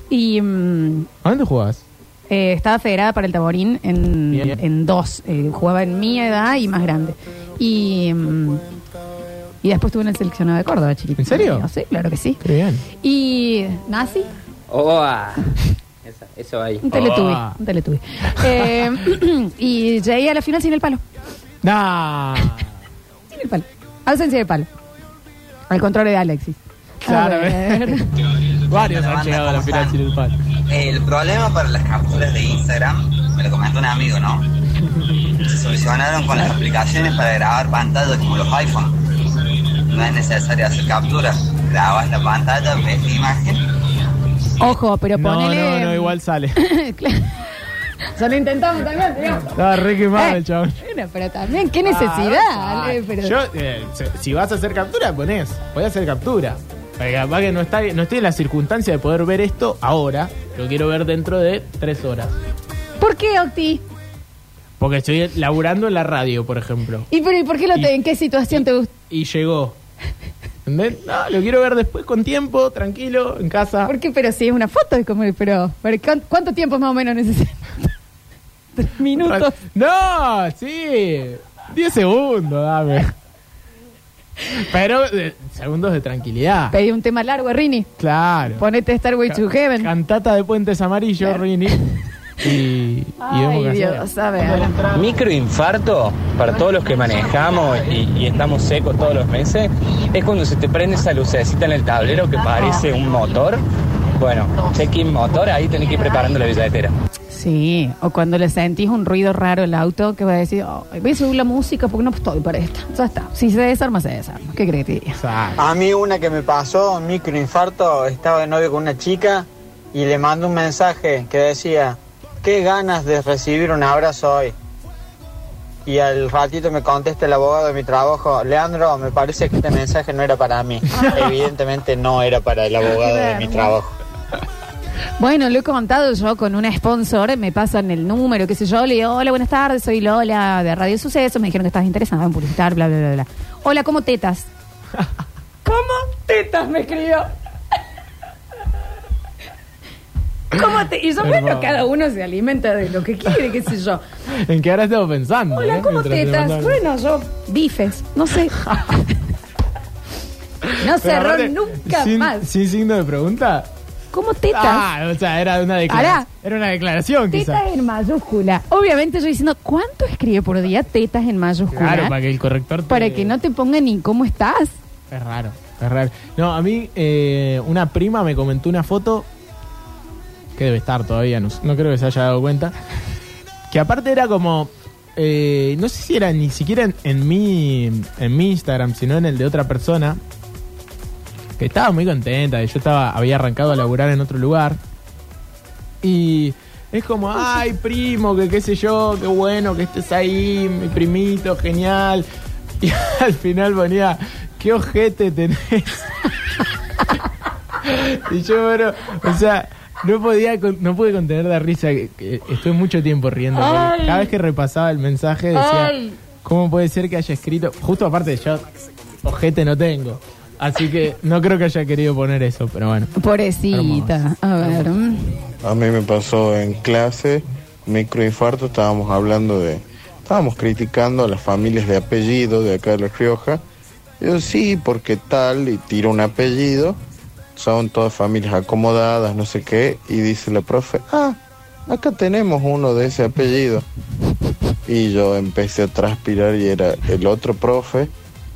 Speaker 2: Y mm,
Speaker 4: ¿A dónde jugabas?
Speaker 2: eh, estaba federada para el taborín en,
Speaker 4: Bien.
Speaker 2: en dos. Eh, jugaba en mi edad y más grande. Y, mm, y después estuve en el seleccionado de Córdoba, chiquito.
Speaker 4: ¿En serio?
Speaker 2: Sí, claro que sí.
Speaker 4: Qué bien.
Speaker 2: Y nazi,
Speaker 3: Oa. Oh, ah. Esa- eso ahí.
Speaker 2: un teletubi.
Speaker 4: Oh.
Speaker 2: Un teletubi. Eh, y llegué a la final sin el palo.
Speaker 4: Nah.
Speaker 2: Sin el palo. Ausencia de palo. Al contrario de Alexis. A
Speaker 4: Claro,
Speaker 2: ver.
Speaker 4: Varios han llegado a la final sin el palo.
Speaker 13: El problema para las capturas de Instagram, me lo comentó un amigo, ¿no? Se solucionaron con las aplicaciones para grabar pantallas como los iPhone. No es necesario hacer capturas. Grabas la pantalla, ves la imagen.
Speaker 2: Ojo, pero
Speaker 4: No,
Speaker 2: ponele.
Speaker 4: no, no, igual sale.
Speaker 2: Claro. ya lo intentamos también, digamos.
Speaker 4: Estaba re quemado
Speaker 2: Eh,
Speaker 4: el chabón. Ah,
Speaker 2: Bueno, pero también, qué necesidad. Ale, pero-
Speaker 4: Yo, eh, se- si vas a hacer captura, ponés. Voy a hacer captura. Porque capaz que no, está, no estoy en la circunstancia de poder ver esto ahora. Lo quiero ver dentro de tres horas.
Speaker 2: ¿Por qué, Octi?
Speaker 4: Porque estoy laburando en la radio, por ejemplo.
Speaker 2: ¿Y, pero, ¿y por qué lo te, en qué situación te gusta?
Speaker 4: Y llegó. ¿Entendés? No, lo quiero ver después con tiempo, tranquilo, en casa.
Speaker 2: ¿Por qué? Pero si es una foto, es como, pero, pero ¿cuán- ¿cuánto tiempo más o menos necesitas? Tres minutos.
Speaker 4: No, sí. Diez segundos, dame. Pero eh, segundos de tranquilidad.
Speaker 2: Pedí un tema largo, Rini.
Speaker 4: Claro.
Speaker 2: Ponete Star Way to Heaven.
Speaker 4: Cantata de Puentes Amarillos, Rini. Y, y vemos qué
Speaker 2: Ay,
Speaker 4: hacemos.
Speaker 2: Dios, a ver.
Speaker 14: Microinfarto, para todos los que manejamos y, y estamos secos todos los meses, es cuando se te prende esa lucecita en el tablero que parece un motor. Bueno, check-in motor, ahí tenés que ir preparando la billetera.
Speaker 2: Sí, o cuando le sentís un ruido raro en el auto, que va a decir, "Ay, voy a subir la música porque no estoy para esto. Ya está. Si se desarma, se desarma. ¿Qué crees que te diga?
Speaker 15: A mí una que me pasó, un microinfarto, estaba de novio con una chica y le mandó un mensaje que decía, qué ganas de recibir un abrazo hoy. Y al ratito me contesta el abogado de mi trabajo, Leandro, me parece que este mensaje no era para mí. Evidentemente no era para el abogado de mi trabajo.
Speaker 2: Bueno, lo he contado yo con una sponsor, me pasan el número, qué sé yo, le digo, hola, buenas tardes, soy Lola de Radio Sucesos, me dijeron que estás interesada en publicitar, bla, bla, bla, bla. Hola, ¿cómo tetas? ¿Cómo tetas? Me escribió. ¿Cómo te? Y yo, bueno,
Speaker 4: Hermoso.
Speaker 2: cada uno se alimenta de lo que quiere, qué sé yo.
Speaker 4: ¿En qué ahora estamos pensando?
Speaker 2: Hola,
Speaker 4: eh?
Speaker 2: ¿cómo
Speaker 4: Mientras te
Speaker 2: tetas?
Speaker 4: mandaban.
Speaker 2: Bueno, yo, bifes, no sé. No
Speaker 4: Pero
Speaker 2: cerró
Speaker 4: aparte,
Speaker 2: nunca
Speaker 4: sin-
Speaker 2: más.
Speaker 4: ¿Sin signo de pregunta?
Speaker 2: ¿Cómo tetas?
Speaker 4: Ah, o sea, era una declaración.
Speaker 2: Pará.
Speaker 4: Era una declaración, quizás.
Speaker 2: Tetas en mayúscula. Obviamente yo diciendo, ¿cuánto escribe por día tetas en mayúscula?
Speaker 4: Claro, para que el corrector te...
Speaker 2: Para que no te ponga ni cómo estás.
Speaker 4: Es raro, es raro. No, a mí eh, una prima me comentó una foto que debe estar todavía, no, no creo que se haya dado cuenta. Que aparte era como, eh, no sé si era ni siquiera en, en mi, en mi Instagram, sino en el de otra persona. Que estaba muy contenta, que yo estaba, había arrancado a laburar en otro lugar. Y es como, ay, primo, que qué sé yo, qué bueno que estés ahí, mi primito, genial. Y al final ponía, qué ojete tenés. y yo, bueno, o sea, no podía, con- no pude contener la risa. que- que estuve mucho tiempo riendo. porque
Speaker 16: Ay.
Speaker 4: Cada vez que repasaba el mensaje decía,
Speaker 16: Ay.
Speaker 4: ¿cómo puede ser que haya escrito? Justo aparte, yo ojete no tengo. Así que no creo que haya querido poner eso, pero bueno.
Speaker 2: Pobrecita. A ver. mm.
Speaker 17: A mí me pasó en clase, microinfarto, estábamos hablando de, estábamos criticando a las familias de apellido de acá de La Rioja. Yo sí, porque tal, y tiro un apellido, son todas familias acomodadas, no sé qué, y dice la profe, ah, acá tenemos uno de ese apellido. Y yo empecé a transpirar y era el otro profe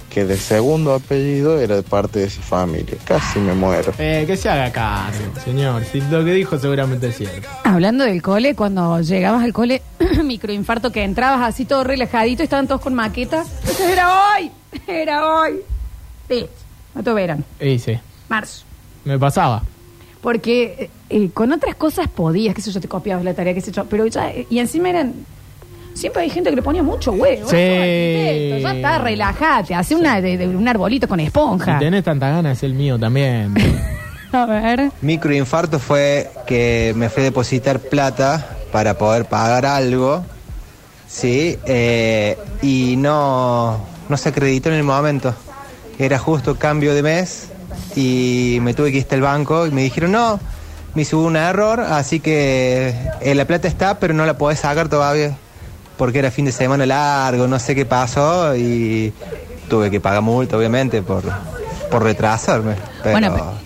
Speaker 17: que de segundo apellido era de parte de esa familia. Casi me muero.
Speaker 4: Eh, que se haga caso, señor. Si lo que dijo seguramente es cierto.
Speaker 2: Hablando del cole, cuando llegabas al cole, microinfarto que entrabas así todo relajadito, estaban todos con maquetas. Eso era hoy. Era hoy. Sí. No te verán.
Speaker 4: Y sí,
Speaker 2: Marzo.
Speaker 4: me pasaba.
Speaker 2: Porque eh, eh, con otras cosas podías, qué sé yo, te copiabas la tarea, qué sé yo, pero ya, eh, y encima eran... Siempre hay gente que le ponía mucho huevo.
Speaker 4: Sí.
Speaker 2: eso, arquitecto, Ya está, relájate, hace una de, de un arbolito con esponja.
Speaker 4: Si tenés tantas ganas, es el mío también.
Speaker 2: A ver.
Speaker 18: Microinfarto fue que me fui a depositar plata para poder pagar algo, ¿sí? Eh, y no, no se acreditó en el momento. Era justo cambio de mes y me tuve que ir hasta el banco y me dijeron, no, me hubo un error, así que eh, la plata está, pero no la podés sacar todavía, porque era fin de semana largo, no sé qué pasó y tuve que pagar multa, obviamente, por, por retrasarme. Pero
Speaker 2: Bueno, pe-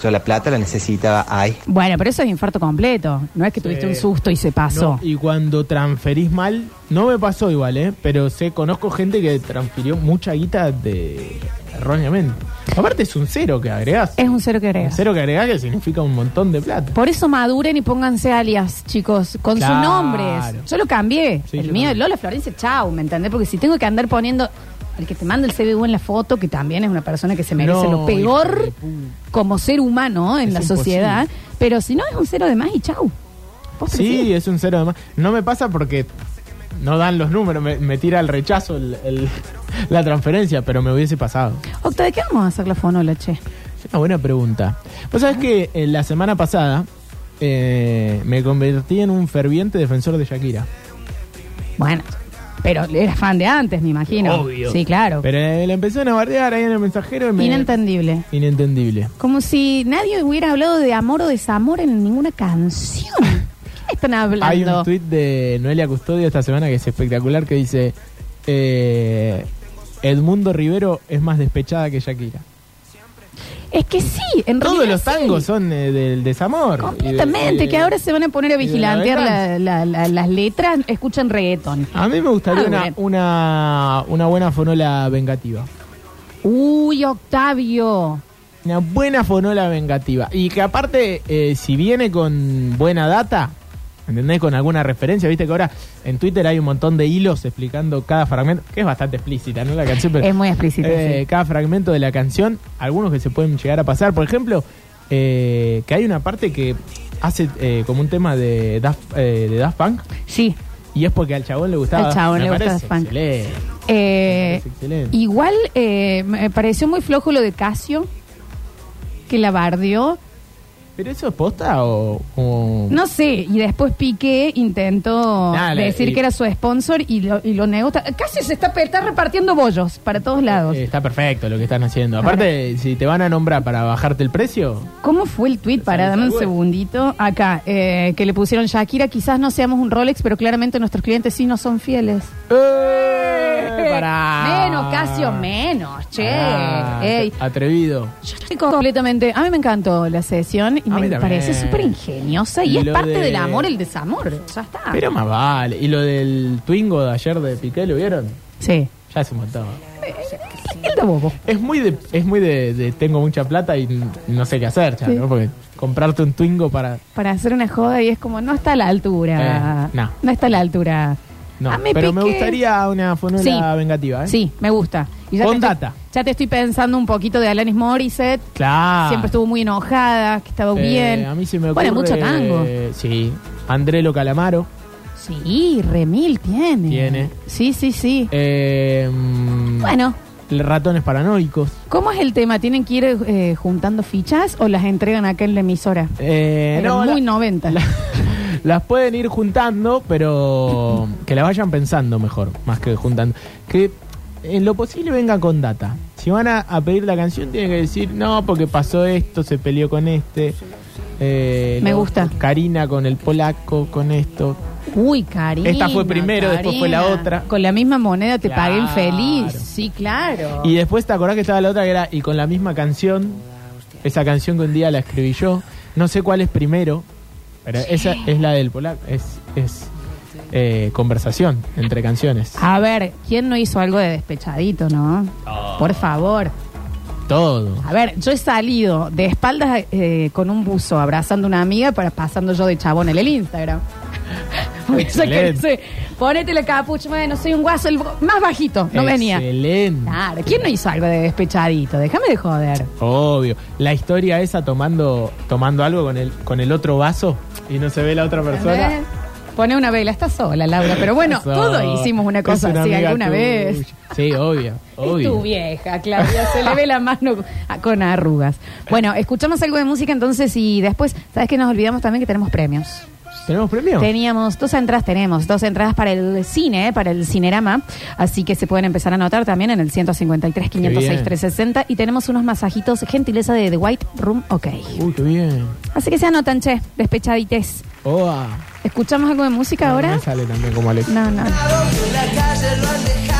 Speaker 18: yo la plata la necesitaba ahí.
Speaker 2: Bueno, pero eso es infarto completo. No es que tuviste un susto y se pasó.
Speaker 4: No, y cuando transferís mal, no me pasó igual, ¿eh? Pero sé, conozco gente que transfirió mucha guita de erróneamente. Aparte es un cero que agregás.
Speaker 2: Es un cero que agrega.
Speaker 4: Un cero que agregás que significa un montón de plata.
Speaker 2: Por eso maduren y pónganse alias, chicos, con
Speaker 4: Claro.
Speaker 2: sus nombres. Yo lo cambié.
Speaker 4: Sí,
Speaker 2: el
Speaker 4: yo
Speaker 2: mío,
Speaker 4: también.
Speaker 2: Lola Florencia, chau, ¿me entendés? Porque si tengo que andar poniendo al que te manda el CBU en la foto, que también es una persona que se merece
Speaker 16: No,
Speaker 2: lo peor como ser humano en la sociedad, pero si no es un cero de más y chau. Postre,
Speaker 4: Sí, es un cero de más. No me pasa porque no dan los números, me, me tira el rechazo el- el- la transferencia, pero me hubiese pasado.
Speaker 2: Octa, ¿de qué vamos a hacer la fonola, che?
Speaker 4: Es una buena pregunta. Vos sabés que eh, la semana pasada eh, me convertí en un ferviente defensor de Shakira.
Speaker 2: Bueno, pero eras fan de antes, me imagino.
Speaker 4: Obvio.
Speaker 2: Sí, claro.
Speaker 4: Pero eh, la empezaron a bardear ahí en el mensajero y me...
Speaker 2: Inentendible.
Speaker 4: Inentendible.
Speaker 2: Como si nadie hubiera hablado de amor o desamor en ninguna canción. ¿Qué están hablando?
Speaker 4: Hay un tuit de Noelia Custodio esta semana que es espectacular que dice eh, Edmundo Rivero es más despechada que Shakira.
Speaker 2: Es que sí, en
Speaker 4: Todos
Speaker 2: realidad
Speaker 4: los
Speaker 2: sí.
Speaker 4: tangos son eh, del desamor.
Speaker 2: Exactamente, que ahora se van a poner a
Speaker 4: de la
Speaker 2: vigilantear
Speaker 4: venganza.
Speaker 2: la- la- la- las letras, escuchan reggaetón.
Speaker 4: A mí me gustaría
Speaker 2: Ah,
Speaker 4: una,
Speaker 2: bueno.
Speaker 4: una, una buena fonola vengativa.
Speaker 2: Uy, Octavio.
Speaker 4: Una buena fonola vengativa. Y que aparte, eh, si viene con buena data, ¿entendés? Con alguna referencia, viste que ahora en Twitter hay un montón de hilos explicando cada fragmento, que es bastante explícita, ¿no? La canción, pero-
Speaker 2: Es muy explícita,
Speaker 4: eh,
Speaker 2: sí.
Speaker 4: Cada fragmento de la canción, algunos que se pueden llegar a pasar. Por ejemplo, eh, que hay una parte que hace eh, como un tema de Daft, eh, de Daft Punk.
Speaker 2: Sí.
Speaker 4: Y es porque al chabón le gustaba.
Speaker 2: Al chabón
Speaker 4: Me
Speaker 2: le gusta
Speaker 4: parece
Speaker 2: Daft Punk.
Speaker 4: excelente.
Speaker 2: Eh,
Speaker 4: Es excelente.
Speaker 2: igual eh, me pareció muy flojo lo de Casio, que la bardeó.
Speaker 4: ¿Pero eso es posta o.? o-
Speaker 2: No sé, y después Piqué intentó
Speaker 4: Dale,
Speaker 2: decir
Speaker 4: y-
Speaker 2: que era su sponsor y lo, y lo negó. Ta- Casi se está, pe- está repartiendo bollos para todos lados.
Speaker 4: Eh, Está perfecto lo que están haciendo. Aparte, si te van a nombrar para bajarte el precio,
Speaker 2: ¿Cómo fue el tweet? Para, dame un segundito. Acá, eh, que le pusieron Shakira, quizás no seamos un Rolex, pero claramente nuestros clientes sí no son fieles.
Speaker 4: eh, pará.
Speaker 2: Eh, Menos, Casio, menos, che.
Speaker 4: Ah,
Speaker 2: Ey,
Speaker 4: atrevido.
Speaker 2: yo estoy completamente. A mí me encantó la sesión y
Speaker 4: A
Speaker 2: me
Speaker 4: mí también.
Speaker 2: parece súper ingeniosa y es
Speaker 4: Lo
Speaker 2: parte
Speaker 4: de-
Speaker 2: del amor, el desamor. Ya está.
Speaker 4: Pero más vale. ¿Y lo del Twingo de ayer de Piqué, lo vieron?
Speaker 2: Sí.
Speaker 4: Ya se montaba.
Speaker 2: El de bobo.
Speaker 4: Eh, Es muy de, es muy de, de tengo mucha plata y n- no sé qué hacer, ya,
Speaker 2: Sí.
Speaker 4: ¿no? Porque comprarte un Twingo para...
Speaker 2: Para hacer una joda y es como, no está a la altura.
Speaker 4: Eh, no.
Speaker 2: No está a la altura.
Speaker 4: No,
Speaker 2: A mí
Speaker 4: pero me
Speaker 2: Piqué-
Speaker 4: gustaría una fórmula
Speaker 2: Sí.
Speaker 4: vengativa, ¿eh?
Speaker 2: Sí, me gusta. Y
Speaker 4: Con
Speaker 2: te estoy-
Speaker 4: data.
Speaker 2: ya te estoy pensando un poquito de Alanis Morissette.
Speaker 4: Claro.
Speaker 2: Siempre estuvo muy enojada, que estaba
Speaker 4: Ah. Eh,
Speaker 2: bien.
Speaker 4: A mí se me ocurre...
Speaker 2: Bueno, mucho tango.
Speaker 4: eh, sí. Andrelo Calamaro
Speaker 2: Sí, Remil tiene.
Speaker 4: tiene.
Speaker 2: Sí, sí, sí.
Speaker 4: Eh, mm,
Speaker 2: Bueno,
Speaker 4: Ratones paranoicos.
Speaker 2: ¿cómo es el tema? ¿Tienen que ir eh, juntando fichas o las entregan acá en la emisora?
Speaker 4: Eh,
Speaker 2: Era
Speaker 4: no,
Speaker 2: muy
Speaker 4: la-
Speaker 2: 90.
Speaker 4: las pueden ir juntando, pero que la vayan pensando mejor, más que juntando. Que en lo posible venga con data. Si van a, a pedir la canción, tienen que decir, no, porque pasó esto, se peleó con este. eh,
Speaker 2: Me
Speaker 4: no,
Speaker 2: gusta.
Speaker 4: Karina con el polaco, con esto.
Speaker 2: Uy, Karina.
Speaker 4: Esta fue primero, después fue la
Speaker 2: Karina.
Speaker 4: otra.
Speaker 2: Con la misma moneda te pagué
Speaker 4: Claro.
Speaker 2: infeliz. Sí, claro.
Speaker 4: Y después te acordás que estaba la otra que era, y con la misma canción, esa canción que un día la escribí yo, no sé cuál es primero, pero esa es la del polar, es, es eh, conversación entre canciones.
Speaker 2: A ver, ¿quién no hizo algo de despechadito, no? Por favor.
Speaker 4: Todo.
Speaker 2: A ver, yo he salido de espaldas eh, con un buzo abrazando a una amiga para pasando yo de chabón en el Instagram. Porque yo que no sé, ponete la capucha, bueno, soy un guaso, el bo- más bajito, no venía.
Speaker 4: Excelente.
Speaker 2: Claro, ¿quién no hizo algo de despechadito? Déjame de joder.
Speaker 4: Obvio. La historia esa tomando, tomando algo con el, con el otro vaso y no se ve la otra persona.
Speaker 2: ¿Entendés? Pone una vela, está sola, Laura. Pero bueno,
Speaker 4: Eso.
Speaker 2: todos hicimos una
Speaker 4: Es
Speaker 2: cosa así
Speaker 4: amiga
Speaker 2: alguna
Speaker 4: tuya.
Speaker 2: vez.
Speaker 4: Sí, obvio,
Speaker 2: Es tu
Speaker 4: obvio.
Speaker 2: vieja, Claudia. Se le ve la mano a- con arrugas. Bueno, escuchamos algo de música entonces y después, ¿sabes que Nos olvidamos también que tenemos premios.
Speaker 4: ¿Tenemos premio?
Speaker 2: Teníamos dos entradas, tenemos dos entradas para el cine, eh, para el Cinerama, así que se pueden empezar a anotar también en el 153
Speaker 4: Qué
Speaker 2: 506
Speaker 4: bien.
Speaker 2: 360 y tenemos unos masajitos gentileza de The White Room OK.
Speaker 4: Uy, qué bien.
Speaker 2: Así que se anotan, che, despechadites.
Speaker 4: Oa.
Speaker 2: ¿Escuchamos algo de música ahora?
Speaker 4: Me sale también como Alex.
Speaker 2: No,
Speaker 16: La
Speaker 2: no.
Speaker 16: calle lo han dejado.